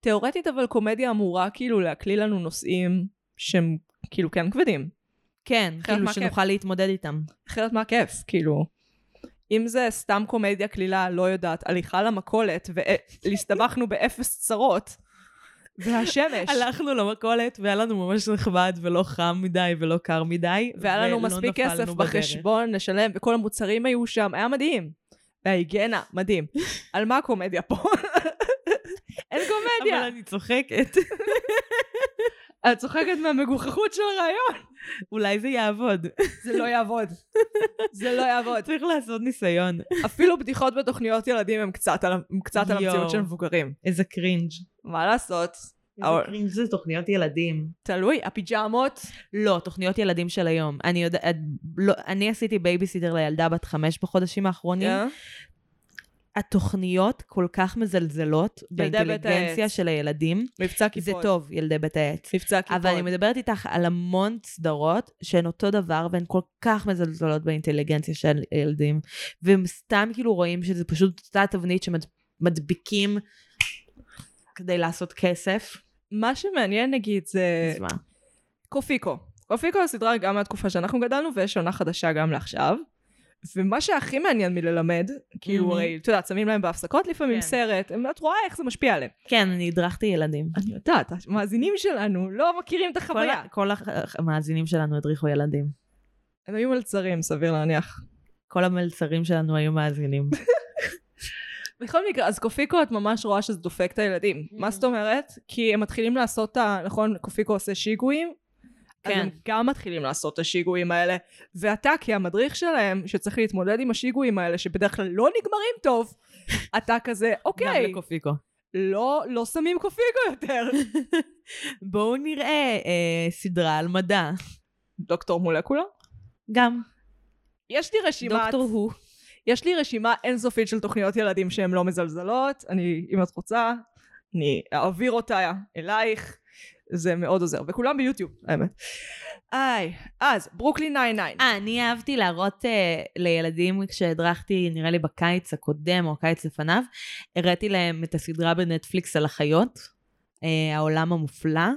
Speaker 1: תיאורטית אבל קומדיה אמורה כאילו להקליל לנו נושאים שהם כאילו כן כבדים.
Speaker 2: כן,
Speaker 1: אחרת מה
Speaker 2: כאילו
Speaker 1: הכיף?
Speaker 2: שנוכל להתמודד איתם.
Speaker 1: אחרת מה הכיף? כאילו... אם זה סתם קומדיה קלילה, לא יודעת, הליכה למכולת ולהסתבכנו באפס צרות, והשמש.
Speaker 2: הלכנו למכולת והיה לנו ממש נחמד ולא חם מדי ולא קר מדי.
Speaker 1: והיה לנו
Speaker 2: ולא
Speaker 1: מספיק
Speaker 2: נפלנו
Speaker 1: כסף
Speaker 2: בדרך.
Speaker 1: בחשבון לשלם, וכל המוצרים היו שם, היה מדהים. וההיגיינה,
Speaker 2: <laughs>
Speaker 1: מדהים. על מה הקומדיה פה? <laughs> אין
Speaker 2: אבל
Speaker 1: קומדיה.
Speaker 2: אני צוחקת.
Speaker 1: <laughs> את צוחקת מהמגוחכות של הרעיון.
Speaker 2: אולי זה יעבוד.
Speaker 1: זה לא יעבוד. <laughs> זה לא יעבוד.
Speaker 2: צריך לעשות ניסיון.
Speaker 1: אפילו בדיחות בתוכניות ילדים הם קצת על- הם קצת על המציאות
Speaker 2: יואו.
Speaker 1: של מבוגרים.
Speaker 2: איזה קרינג'.
Speaker 1: מה לעשות? אבל-
Speaker 2: איזה קרינג' זה תוכניות ילדים.
Speaker 1: תלוי, הפיג'מות.
Speaker 2: לא, תוכניות ילדים של היום. אני יודעת, לא, אני עשיתי בייביסיטר לילדה בת חמש בחודשים האחרונים.
Speaker 1: אה?
Speaker 2: התוכניות כל כך מזלזלות
Speaker 1: ילדי בית
Speaker 2: באינטליגנציה
Speaker 1: העץ.
Speaker 2: של הילדים.
Speaker 1: מבצע
Speaker 2: זה
Speaker 1: קיפוד.
Speaker 2: טוב, ילדי בית העץ.
Speaker 1: מבצע קיפוד.
Speaker 2: אבל אני מדברת איתך על המון סדרות שהן אותו דבר והן כל כך מזלזלות באינטליגנציה של ילדים. והם סתם כאילו רואים שזה פשוט אותה תבנית שמדביקים כדי לעשות כסף.
Speaker 1: מה שמעניין נגיד זה...
Speaker 2: אז מה?
Speaker 1: קופיקו. קופיקו הסדרה גם מהתקופה שאנחנו גדלנו, ויש עונה חדשה גם לעכשיו. ומה שהכי מעניין מללמד, כאילו
Speaker 2: Mhm.
Speaker 1: הרי, את יודעת, שמים להם בהפסקות לפעמים
Speaker 2: כן.
Speaker 1: סרט, הם- את רואה איך זה משפיע עליהם.
Speaker 2: כן, אני הדרכתי ילדים.
Speaker 1: אני יודעת, המאזינים שלנו לא מכירים את
Speaker 2: כל,
Speaker 1: החוויה.
Speaker 2: ה- כל הח- המאזינים שלנו הדריכו ילדים.
Speaker 1: הם היו מלצרים, סביר להניח.
Speaker 2: כל המלצרים שלנו היו <laughs> מאזינים.
Speaker 1: בכל מקרה, אז קופיקו את ממש רואה שזה דופק את הילדים. מה זאת אומרת? כי הם מתחילים לעשות את ה... נכון, קופיקו עושה שיגועים? אז
Speaker 2: כן.
Speaker 1: הם גם מתחילים לעשות את השיגועים האלה. ואתה, כהמדריך שלהם, שצריך להתמודד עם השיגועים האלה, שבדרך כלל לא נגמרים <laughs> טוב, אתה כזה,
Speaker 2: גם
Speaker 1: אוקיי,
Speaker 2: לקופיקו.
Speaker 1: לא, לא שמים קופיקו <laughs> יותר.
Speaker 2: בואו נראה אה, סדרה על מדע.
Speaker 1: דוקטור מולקולה?
Speaker 2: גם.
Speaker 1: יש לי רשימת...
Speaker 2: דוקטור הוא.
Speaker 1: יש לי רשימה אינסופית של תוכניות ילדים שהן לא מזלזלות, אני, אם את רוצה, אני אעביר אותה אלייך, זה מאוד עוזר, וכולם ביוטיוב, האמת. איי, אז, ברוקלין 99.
Speaker 2: אה, אני אהבתי להראות אה, לילדים כשהדרכתי, נראה לי בקיץ הקודם או הקיץ לפניו, הראיתי להם את הסדרה בנטפליקס על החיות, אה, העולם המופלא,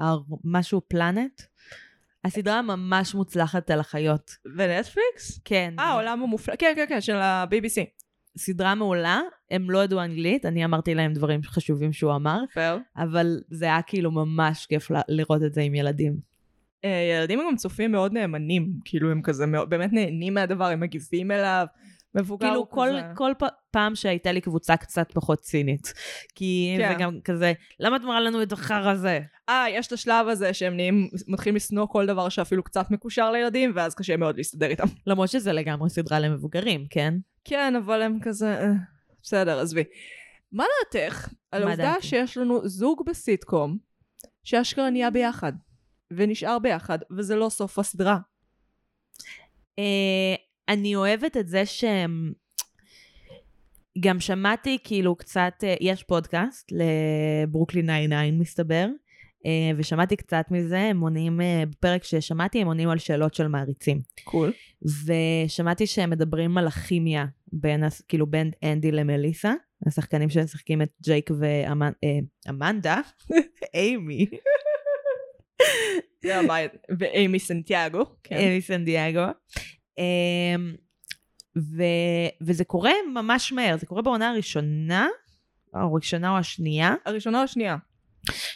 Speaker 2: הר- משהו פלנט. הסדרה ממש מוצלחת על החיות.
Speaker 1: ונטפליקס?
Speaker 2: כן.
Speaker 1: אה, העולם המופלא, כן, כן, כן, של ה-BBC.
Speaker 2: סדרה מעולה, הם לא ידעו אנגלית, אני אמרתי להם דברים חשובים שהוא אמר,
Speaker 1: פייר.
Speaker 2: אבל זה היה כאילו ממש כיף ל- לראות את זה עם ילדים.
Speaker 1: אה, ילדים הם גם צופים מאוד נאמנים, כאילו הם כזה מאוד, באמת נהנים מהדבר, הם מגיבים אליו. מבוגר הוא
Speaker 2: כאילו כל,
Speaker 1: כזה-
Speaker 2: כל פ- פעם שהייתה לי קבוצה קצת פחות צינית. כי
Speaker 1: כן.
Speaker 2: זה גם כזה, למה את מראה לנו את החרא הזה?
Speaker 1: אה, יש את השלב הזה שהם נהיים, מתחילים לשנוא כל דבר שאפילו קצת מקושר לילדים, ואז קשה מאוד להסתדר איתם.
Speaker 2: למרות שזה לגמרי סדרה למבוגרים, כן?
Speaker 1: כן, אבל הם כזה... אה, בסדר, עזבי. מה דעתך על
Speaker 2: מה
Speaker 1: העובדה
Speaker 2: דעתי?
Speaker 1: שיש לנו זוג בסיטקום שאשכרה נהיה ביחד, ונשאר ביחד, וזה לא סוף הסדרה?
Speaker 2: אה, אני אוהבת את זה שהם... גם שמעתי כאילו קצת, אה, יש פודקאסט לברוקלין 99 מסתבר, אה, ושמעתי קצת מזה, הם עונים, אה, בפרק ששמעתי הם עונים על שאלות של מעריצים.
Speaker 1: קול.
Speaker 2: ושמעתי שהם מדברים על הכימיה בין, הס- כאילו בין אנדי למליסה, השחקנים שמשחקים את ג'ייק ואמנדה, <laughs> אימי,
Speaker 1: זה הבית. ואימי סנטיאגו. כן.
Speaker 2: אימי סן דיאגו. אמ, ו- וזה קורה ממש מהר, זה קורה בעונה הראשונה, או הראשונה או השנייה,
Speaker 1: הראשונה או השנייה?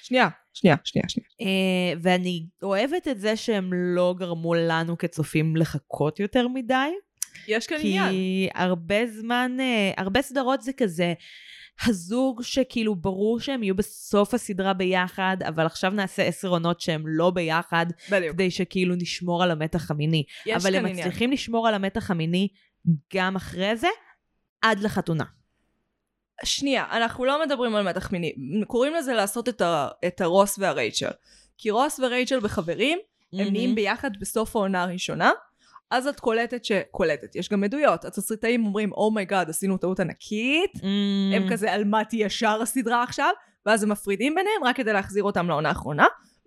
Speaker 1: שנייה, שנייה, שנייה, שנייה.
Speaker 2: אה, ואני אוהבת את זה שהם לא גרמו לנו כצופים לחכות יותר מדי.
Speaker 1: יש כאן עניין.
Speaker 2: כי הרבה זמן, אה, הרבה סדרות זה כזה, הזוג שכאילו ברור שהם יהיו בסוף הסדרה ביחד, אבל עכשיו נעשה עשר עונות שהם לא ביחד,
Speaker 1: בדיוק.
Speaker 2: כדי שכאילו נשמור על המתח המיני.
Speaker 1: יש
Speaker 2: אבל
Speaker 1: כאן
Speaker 2: הם
Speaker 1: עניין.
Speaker 2: מצליחים לשמור על המתח המיני גם אחרי זה, עד לחתונה.
Speaker 1: שנייה, אנחנו לא מדברים על מתח מיני. קוראים לזה לעשות את ה- את הרוס והרייצ'ל. כי רוס ורייצ'ל בחברים, הם נהיים ביחד בסוף העונה הראשונה, אז את קולטת שקולטת, יש גם עדויות, התסריטאים אומרים אומייגאד עשינו טעות ענקית,
Speaker 2: Mhm.
Speaker 1: הם כזה על מה תהיה שאר הסדרה עכשיו, ואז הם מפרידים ביניהם רק כדי להחזיר אותם לעונה האחרונה,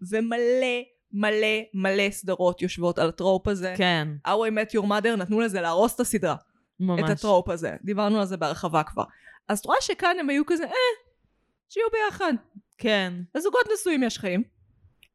Speaker 1: ומלא מלא מלא סדרות יושבות על הטרופ הזה.
Speaker 2: כן,
Speaker 1: How I Met Your Mother נתנו לזה להרוס את הסדרה,
Speaker 2: ממש.
Speaker 1: את הטרופ הזה, דיברנו על זה בהרחבה כבר. אז את רואה שכאן הם היו כזה, אה, שיהיו ביחד.
Speaker 2: כן.
Speaker 1: לזוגות נשואים יש חיים.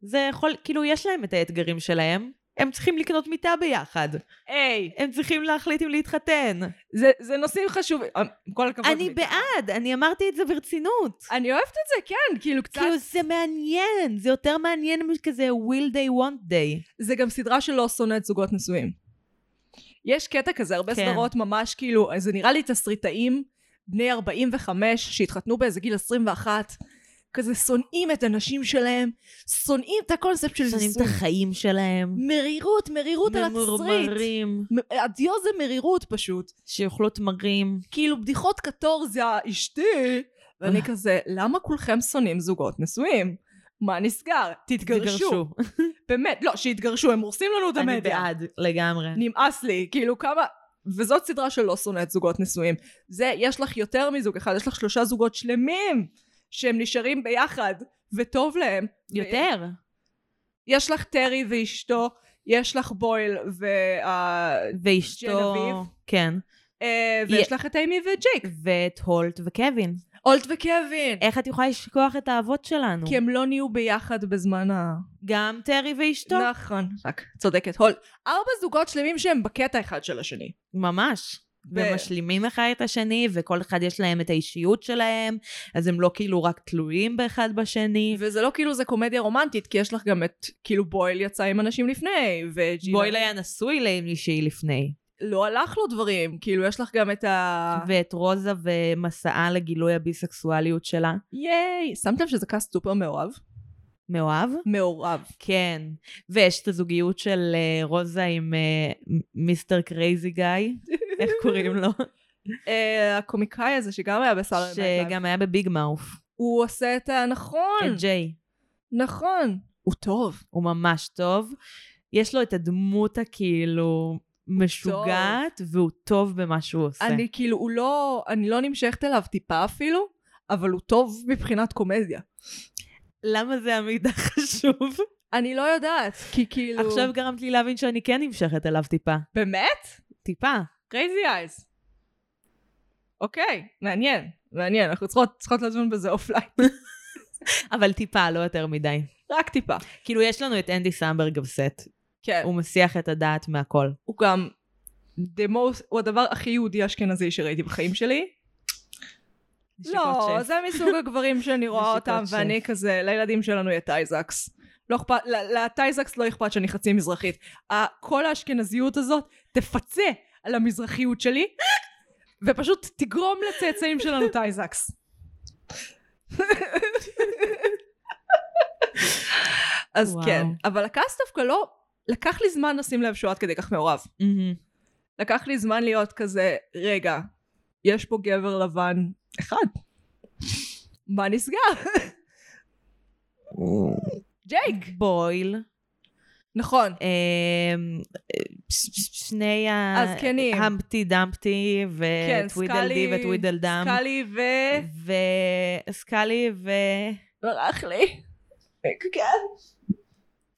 Speaker 2: זה יכול, כאילו, יש להם את האתגרים שלהם. הם צריכים לקנות מיטה ביחד.
Speaker 1: היי,
Speaker 2: הם צריכים להחליט אם להתחתן.
Speaker 1: זה, זה נושאים חשובים. אה, עם כל הכבוד.
Speaker 2: אני בעד, אני אמרתי את זה ברצינות.
Speaker 1: אני אוהבת את זה, כן, כאילו קצת...
Speaker 2: כאילו זה מעניין, זה יותר מעניין מכזה will they want they.
Speaker 1: זה גם סדרה שלא שונאת זוגות נשואים. יש קטע כזה, הרבה
Speaker 2: כן.
Speaker 1: סדרות ממש כאילו, זה נראה לי תסריטאים בני 45 שהתחתנו באיזה גיל 21, כזה שונאים את הנשים שלהם, שונאים את הקונספט של
Speaker 2: שונאים את
Speaker 1: נישואים.
Speaker 2: החיים שלהם.
Speaker 1: מרירות, מרירות על התסריט.
Speaker 2: ממורמרים,
Speaker 1: מ- הדיו זה מרירות פשוט.
Speaker 2: שיאכלו תמרים.
Speaker 1: כאילו בדיחות קטורזיה, אשתי, ואני
Speaker 2: אה.
Speaker 1: כזה, למה כולכם שונאים זוגות נשואים? מה נסגר? תתגרשו. <laughs> באמת, לא, שיתגרשו, הם הורסים לנו את
Speaker 2: אני
Speaker 1: המדיה.
Speaker 2: בעד, לגמרי.
Speaker 1: נמאס לי, כאילו כמה... וזאת סדרה שלא שונאת זוגות נשואים. זה, יש לך יותר מזוג אחד, יש לך שלושה זוגות שלמים שהם נשארים ביחד, וטוב להם.
Speaker 2: יותר.
Speaker 1: יש לך טרי ואשתו, יש לך בויל, וה...
Speaker 2: ואשתו...
Speaker 1: ג'נביב.
Speaker 2: כן.
Speaker 1: אה, ויש לך את אימי וג'ייק.
Speaker 2: ואת הולט וקווין.
Speaker 1: אולט וקווין.
Speaker 2: איך את יכולה לשכוח את האבות שלנו?
Speaker 1: כי הם לא נהיו ביחד בזמן ה...
Speaker 2: גם טרי ואשתו.
Speaker 1: נכון. רק, צודקת. הול. ארבע זוגות שלמים שהם בקטע אחד של השני.
Speaker 2: ממש.
Speaker 1: ו-
Speaker 2: ומשלימים אחד את השני, וכל אחד יש להם את האישיות שלהם, אז הם לא כאילו רק תלויים באחד בשני.
Speaker 1: וזה לא כאילו זה קומדיה רומנטית, כי יש לך גם את, כאילו בויל יצא עם אנשים לפני, וג'ינה...
Speaker 2: בויל היה נשוי למישהי לפני.
Speaker 1: לא הלך לו דברים, כאילו יש לך גם את ה...
Speaker 2: ואת רוזה ומסעה לגילוי הביסקסואליות שלה.
Speaker 1: ייי! שמת לב שזה קאסט סופר מעורב?
Speaker 2: מאוהב?
Speaker 1: מעורב.
Speaker 2: כן. ויש את הזוגיות של אה, רוזה עם אה, מ- מיסטר קרייזי גאי, <laughs> איך קוראים <laughs> לו?
Speaker 1: אה, הקומיקאי הזה שגם היה בסל...
Speaker 2: שגם היה בביג מאוף.
Speaker 1: הוא עושה את ה... נכון!
Speaker 2: את ג'יי.
Speaker 1: נכון! הוא טוב.
Speaker 2: הוא ממש טוב. יש לו את הדמות הכאילו משוגעת, והוא טוב במה שהוא עושה.
Speaker 1: אני כאילו, הוא לא... אני לא נמשכת אליו טיפה אפילו, אבל הוא טוב מבחינת קומדיה.
Speaker 2: למה זה המידע <laughs> חשוב?
Speaker 1: אני לא יודעת, כי כאילו...
Speaker 2: עכשיו גרמת לי להבין שאני כן נמשכת אליו טיפה.
Speaker 1: באמת?
Speaker 2: טיפה.
Speaker 1: קרייזי אייז. אוקיי,
Speaker 2: <laughs>
Speaker 1: מעניין, מעניין, אנחנו צריכות, צריכות לדון בזה אופליין.
Speaker 2: אבל טיפה, לא יותר מדי.
Speaker 1: רק טיפה.
Speaker 2: כאילו, יש לנו את אנדי סמברג אבסט.
Speaker 1: כן.
Speaker 2: הוא מסיח את הדעת מהכל.
Speaker 1: הוא גם the most, הוא הדבר הכי יהודי אשכנזי שראיתי בחיים שלי. לא,
Speaker 2: נשיקות שף.
Speaker 1: זה מסוג הגברים
Speaker 2: <laughs>
Speaker 1: שאני רואה
Speaker 2: נשיקות
Speaker 1: אותם,
Speaker 2: שף.
Speaker 1: ואני כזה, לילדים שלנו יהיה טייזקס. לא אכפת, ל- לטייזקס לא אכפת שאני חצי מזרחית. ה- כל האשכנזיות הזאת תפצה על המזרחיות שלי, ופשוט תגרום לצאצאים שלנו טייזקס. אז
Speaker 2: וואו.
Speaker 1: כן, אבל הכעס דווקא לא, לקח לי זמן לשים לב שהוא עד כדי כך מעורב.
Speaker 2: מהמם.
Speaker 1: לקח לי זמן להיות כזה, רגע, יש פה גבר לבן אחד. מה נסגר? ג'ייק.
Speaker 2: בויל.
Speaker 1: נכון.
Speaker 2: אמ, ש- ש- שני ה...
Speaker 1: הזקנים.
Speaker 2: המפטי דמפטי
Speaker 1: כן,
Speaker 2: וטווידלדי
Speaker 1: סקאלי-
Speaker 2: וטווידל דם.
Speaker 1: סקאלי ו...
Speaker 2: וסקאלי ו...
Speaker 1: ברח לי. כן.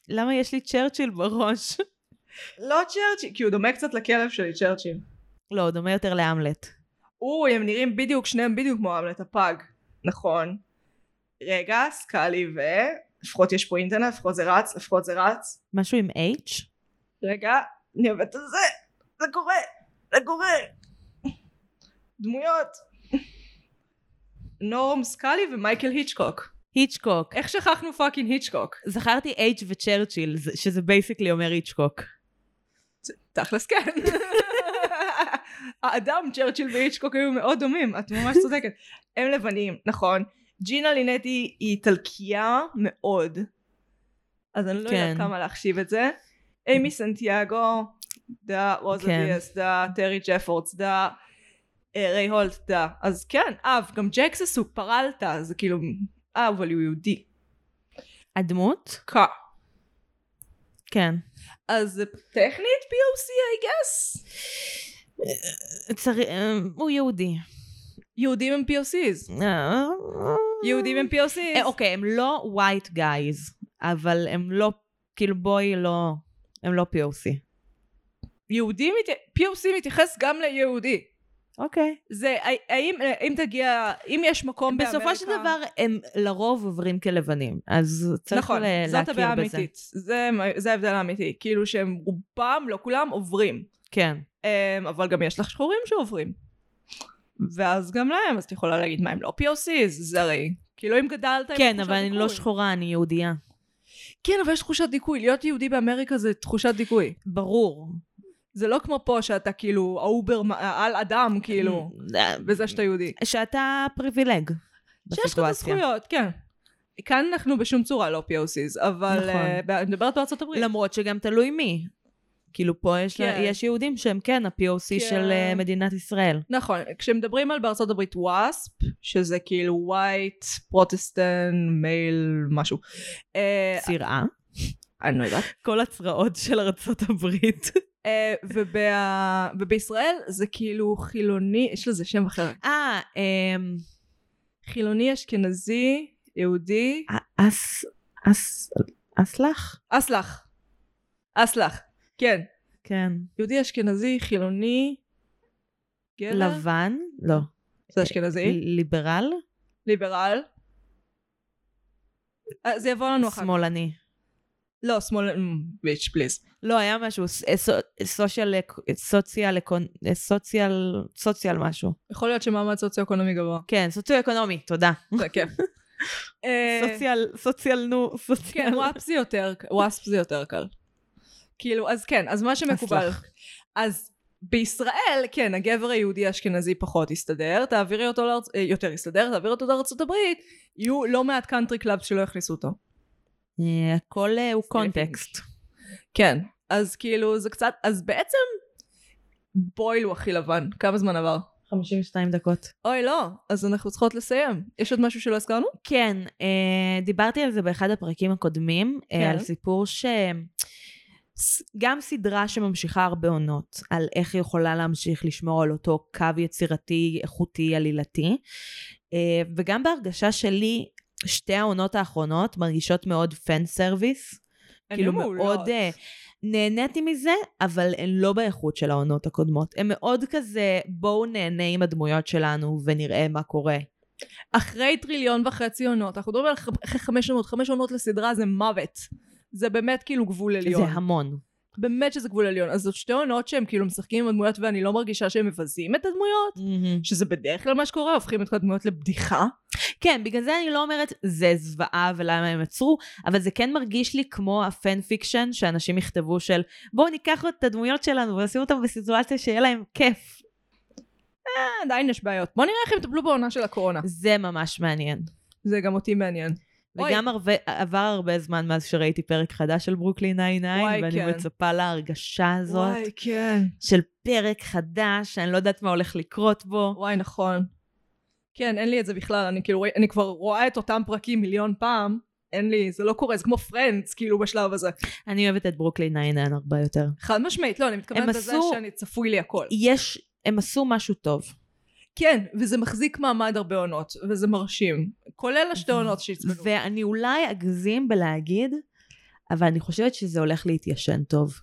Speaker 2: למה יש לי צ'רצ'יל בראש? <laughs>
Speaker 1: לא צ'רצ'יל, כי הוא דומה קצת לכלב שלי, צ'רצ'יל.
Speaker 2: לא, הוא דומה יותר להמלט.
Speaker 1: אוי, הם נראים בדיוק, שניהם בדיוק כמו המלט הפג. נכון. רגע, סקאלי ו... לפחות יש פה אינטרנט, לפחות זה רץ, לפחות זה רץ.
Speaker 2: משהו עם H?
Speaker 1: רגע, אני עובדת על זה, זה קורה, זה קורה. דמויות. נורם סקאלי ומייקל היצ'קוק.
Speaker 2: היצ'קוק.
Speaker 1: איך שכחנו פאקינג היצ'קוק?
Speaker 2: זכרתי H וצ'רצ'יל, זה- שזה בייסיקלי אומר היצ'קוק.
Speaker 1: תכלס כן. האדם צ'רצ'יל והיצ'קוק היו מאוד דומים, את ממש צודקת. הם לבנים, נכון. ג'ינה לינטי היא איטלקייה מאוד. אז אני לא יודעת
Speaker 2: כן.
Speaker 1: כמה להחשיב את זה. אימי סנטיאגו, דה רוזה
Speaker 2: כן.
Speaker 1: דיאס, דה טרי ג'פורדס, דה אה, ריי הולט, דה. אז כן, אה, גם ג'ק זה סוג פרלטה, זה כאילו, אה, אבל הוא יהודי.
Speaker 2: הדמות?
Speaker 1: כה.
Speaker 2: כן.
Speaker 1: אז זה טכנית POC, I guess.
Speaker 2: צריך- אמ, הוא יהודי.
Speaker 1: יהודים הם POCs.
Speaker 2: אה,
Speaker 1: יהודים הם
Speaker 2: אה,
Speaker 1: POCs.
Speaker 2: אוקיי, הם לא white guys, אבל הם לא, כאילו בואי לא, הם לא POC.
Speaker 1: יהודים, מת- POC מתייחס גם ליהודי.
Speaker 2: אוקיי.
Speaker 1: זה, ה- האם, אה, אם תגיע, אם יש מקום באמריקה...
Speaker 2: בסופו של דבר הם לרוב עוברים כלבנים, אז צריך
Speaker 1: נכון,
Speaker 2: ל- להכיר בזה.
Speaker 1: זאת הבעיה האמיתית. זה, מה- זה ההבדל האמיתי. כאילו שהם רובם, לא כולם, עוברים.
Speaker 2: כן.
Speaker 1: אמ, אבל גם יש לך שחורים שעוברים. ואז גם להם, אז את יכולה להגיד מה הם לא POCs, זה הרי. כאילו אם גדלת עם
Speaker 2: כן,
Speaker 1: תחושת
Speaker 2: אבל אני לא
Speaker 1: דיכוי.
Speaker 2: שחורה, אני יהודייה.
Speaker 1: כן, אבל יש תחושת דיכוי. להיות יהודי באמריקה זה תחושת דיכוי.
Speaker 2: ברור.
Speaker 1: זה לא כמו פה שאתה כאילו האובר, על אדם, כאילו,
Speaker 2: אה,
Speaker 1: בזה שאתה יהודי.
Speaker 2: שאתה פריבילג.
Speaker 1: שיש לך את
Speaker 2: בסיטואציה.
Speaker 1: הזכויות, כן. כאן אנחנו בשום צורה לא POCs, אבל
Speaker 2: נכון.
Speaker 1: אה, ב- אני מדברת בארצות הברית.
Speaker 2: למרות שגם תלוי מי. כאילו פה יש, לה,
Speaker 1: כן.
Speaker 2: יש יהודים שהם כן ה-POC
Speaker 1: כן.
Speaker 2: של אה, מדינת ישראל.
Speaker 1: נכון, כשמדברים על בארצות הברית וואספ, שזה כאילו white, protestant, male, משהו. אה,
Speaker 2: צירעה.
Speaker 1: אני לא יודעת.
Speaker 2: כל הצרעות של ארצות הברית.
Speaker 1: אה, ובה- ובישראל זה כאילו חילוני, יש לזה שם אחר.
Speaker 2: אה, אמ...
Speaker 1: חילוני, אשכנזי, יהודי,
Speaker 2: אס... אס... אסלח?
Speaker 1: אסלח. אסלח, כן.
Speaker 2: כן.
Speaker 1: יהודי, אשכנזי, חילוני, גבר.
Speaker 2: לבן? לא.
Speaker 1: זה אשכנזי.
Speaker 2: ליברל?
Speaker 1: ליברל. אה, זה יבוא לנו אחר כך.
Speaker 2: שמאלני.
Speaker 1: לא, שמאל... ביץ', פליז.
Speaker 2: לא, היה משהו, ס- אה, סו- סושיאל, אה, סוציאל, אקונ- אה, סוציאל, סוציאל משהו.
Speaker 1: יכול להיות שמעמד סוציו-אקונומי <laughs> גבוה.
Speaker 2: כן, סוציו-אקונומי, תודה.
Speaker 1: זה כיף. אה,
Speaker 2: סוציאל, סוציאל, נו,
Speaker 1: כן,
Speaker 2: סוציאל.
Speaker 1: וואפ זה יותר, וואספ זה יותר קל. כאילו, אז כן, אז לא. מה שמקובל.
Speaker 2: אסלח.
Speaker 1: אז בישראל, כן, הגבר היהודי האשכנזי פחות יסתדר, תעבירי אותו לארצ... אה, יותר יסתדר, תעבירי אותו לארצות הברית, יהיו לא מעט קאנטרי קלאבס שלא יכניסו אותו.
Speaker 2: אה, הכל אה, הוא קונטקסט.
Speaker 1: כן. אז כאילו, זה קצת... אז בעצם, בויל הוא הכי לבן. כמה זמן עבר?
Speaker 2: 52 דקות.
Speaker 1: אוי לא, אז אנחנו צריכות לסיים. יש עוד משהו שלא הזכרנו?
Speaker 2: כן, אה, דיברתי על זה באחד הפרקים הקודמים, כן.
Speaker 1: כן.
Speaker 2: אה, על סיפור ש... ס- גם סדרה שממשיכה הרבה עונות, על איך היא יכולה להמשיך לשמור על אותו קו יצירתי, איכותי, עלילתי. אה, וגם בהרגשה שלי, שתי העונות האחרונות מרגישות מאוד פן סרוויס. כאילו מאוד אה, נהניתי מזה, אבל הן לא באיכות של העונות הקודמות. הן מאוד כזה, בואו נהנה עם הדמויות שלנו ונראה מה קורה.
Speaker 1: אחרי טריליון וחצי עונות, אנחנו מדברים על ח- אחרי חמש עונות, חמש עונות לסדרה זה מוות. זה באמת כאילו גבול עליון.
Speaker 2: זה המון.
Speaker 1: באמת שזה גבול עליון. אז זאת שתי עונות שהם כאילו משחקים עם הדמויות ואני לא מרגישה שהם מבזים את הדמויות, שזה בדרך כלל מה שקורה, הופכים את כל הדמויות לבדיחה.
Speaker 2: כן, בגלל זה אני לא אומרת זה זוועה ולמה הם עצרו, אבל זה כן מרגיש לי כמו הפן פיקשן שאנשים יכתבו של בואו ניקח את הדמויות שלנו ונשים אותם בסיטואציה שיהיה להם כיף.
Speaker 1: אה, עדיין יש בעיות. בוא נראה איך הם יטפלו בעונה של הקורונה.
Speaker 2: זה ממש מעניין.
Speaker 1: זה גם אותי מעניין. אוי.
Speaker 2: וגם הרבה, עבר הרבה זמן מאז שראיתי פרק חדש של ברוקלין 99,
Speaker 1: וואי,
Speaker 2: ואני
Speaker 1: כן.
Speaker 2: מצפה להרגשה הזאת
Speaker 1: וואי, כן.
Speaker 2: של פרק חדש, שאני לא יודעת מה הולך לקרות בו.
Speaker 1: וואי, נכון. כן, אין לי את זה בכלל, אני כאילו, רוא- אני כבר רואה את אותם פרקים מיליון פעם, אין לי, זה לא קורה, זה כמו פרנדס, כאילו, בשלב הזה.
Speaker 2: אני אוהבת את ברוקלין 99 הרבה יותר.
Speaker 1: חד משמעית, לא, אני
Speaker 2: הם
Speaker 1: מתכוונת לזה
Speaker 2: עשו-
Speaker 1: שאני צפוי לי הכל.
Speaker 2: יש, הם עשו משהו טוב.
Speaker 1: כן, וזה מחזיק מעמד הרבה עונות, וזה מרשים. כולל השתי עונות שהצבנו.
Speaker 2: ואני אולי אגזים בלהגיד, אבל אני חושבת שזה הולך להתיישן טוב.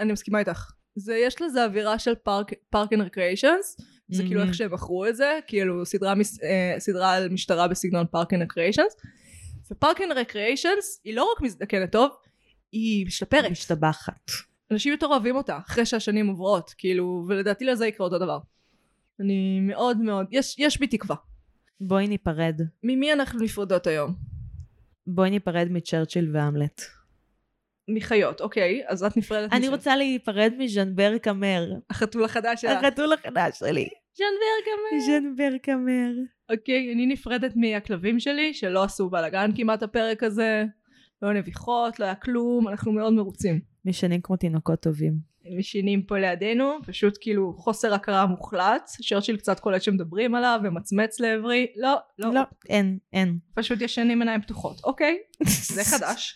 Speaker 1: אני מסכימה איתך. זה, יש לזה אווירה של פארק, פארק אנד רקריישנס, זה כאילו
Speaker 2: Mhm.
Speaker 1: איך שהם מכרו את זה, כאילו סדרה, מס, אה, סדרה על משטרה בסגנון פארק אנד רקריישנס. ופארק אנד רקריישנס היא לא רק מזדקנת טוב, היא משתפרת.
Speaker 2: משתבחת.
Speaker 1: אנשים יותר אוהבים אותה אחרי שהשנים עוברות, כאילו, ולדעתי לזה יקרה אותו דבר. אני מאוד מאוד, יש, יש בי תקווה.
Speaker 2: בואי ניפרד.
Speaker 1: ממי אנחנו נפרדות היום?
Speaker 2: בואי ניפרד מצ'רצ'יל והמלט.
Speaker 1: מחיות, אוקיי, אז את נפרדת
Speaker 2: אני
Speaker 1: משם.
Speaker 2: רוצה להיפרד מז'נבר קמר.
Speaker 1: החתול החדש שלך.
Speaker 2: החתול החדש שלי.
Speaker 1: ז'נברג אמר.
Speaker 2: ז'נבר קמר.
Speaker 1: אוקיי, אני נפרדת מהכלבים שלי, שלא עשו בלאגן כמעט הפרק הזה, לא נביחות, לא היה כלום, אנחנו מאוד מרוצים.
Speaker 2: משנים כמו תינוקות טובים.
Speaker 1: הם ישנים פה לידינו, פשוט כאילו חוסר הכרה מוחלט, צ'רצ'יל קצת קולט שמדברים עליו, ומצמץ לעברי, לא, לא,
Speaker 2: לא, אין, אין.
Speaker 1: פשוט ישנים עיניים פתוחות, אוקיי? זה חדש.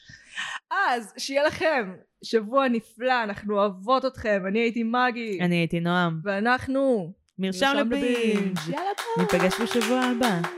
Speaker 1: אז שיהיה לכם שבוע נפלא, אנחנו אוהבות אתכם, אני הייתי מגי,
Speaker 2: אני הייתי נועם.
Speaker 1: ואנחנו
Speaker 2: מרשם לבינג'.
Speaker 1: יאללה ביי.
Speaker 2: ניפגש בשבוע הבא.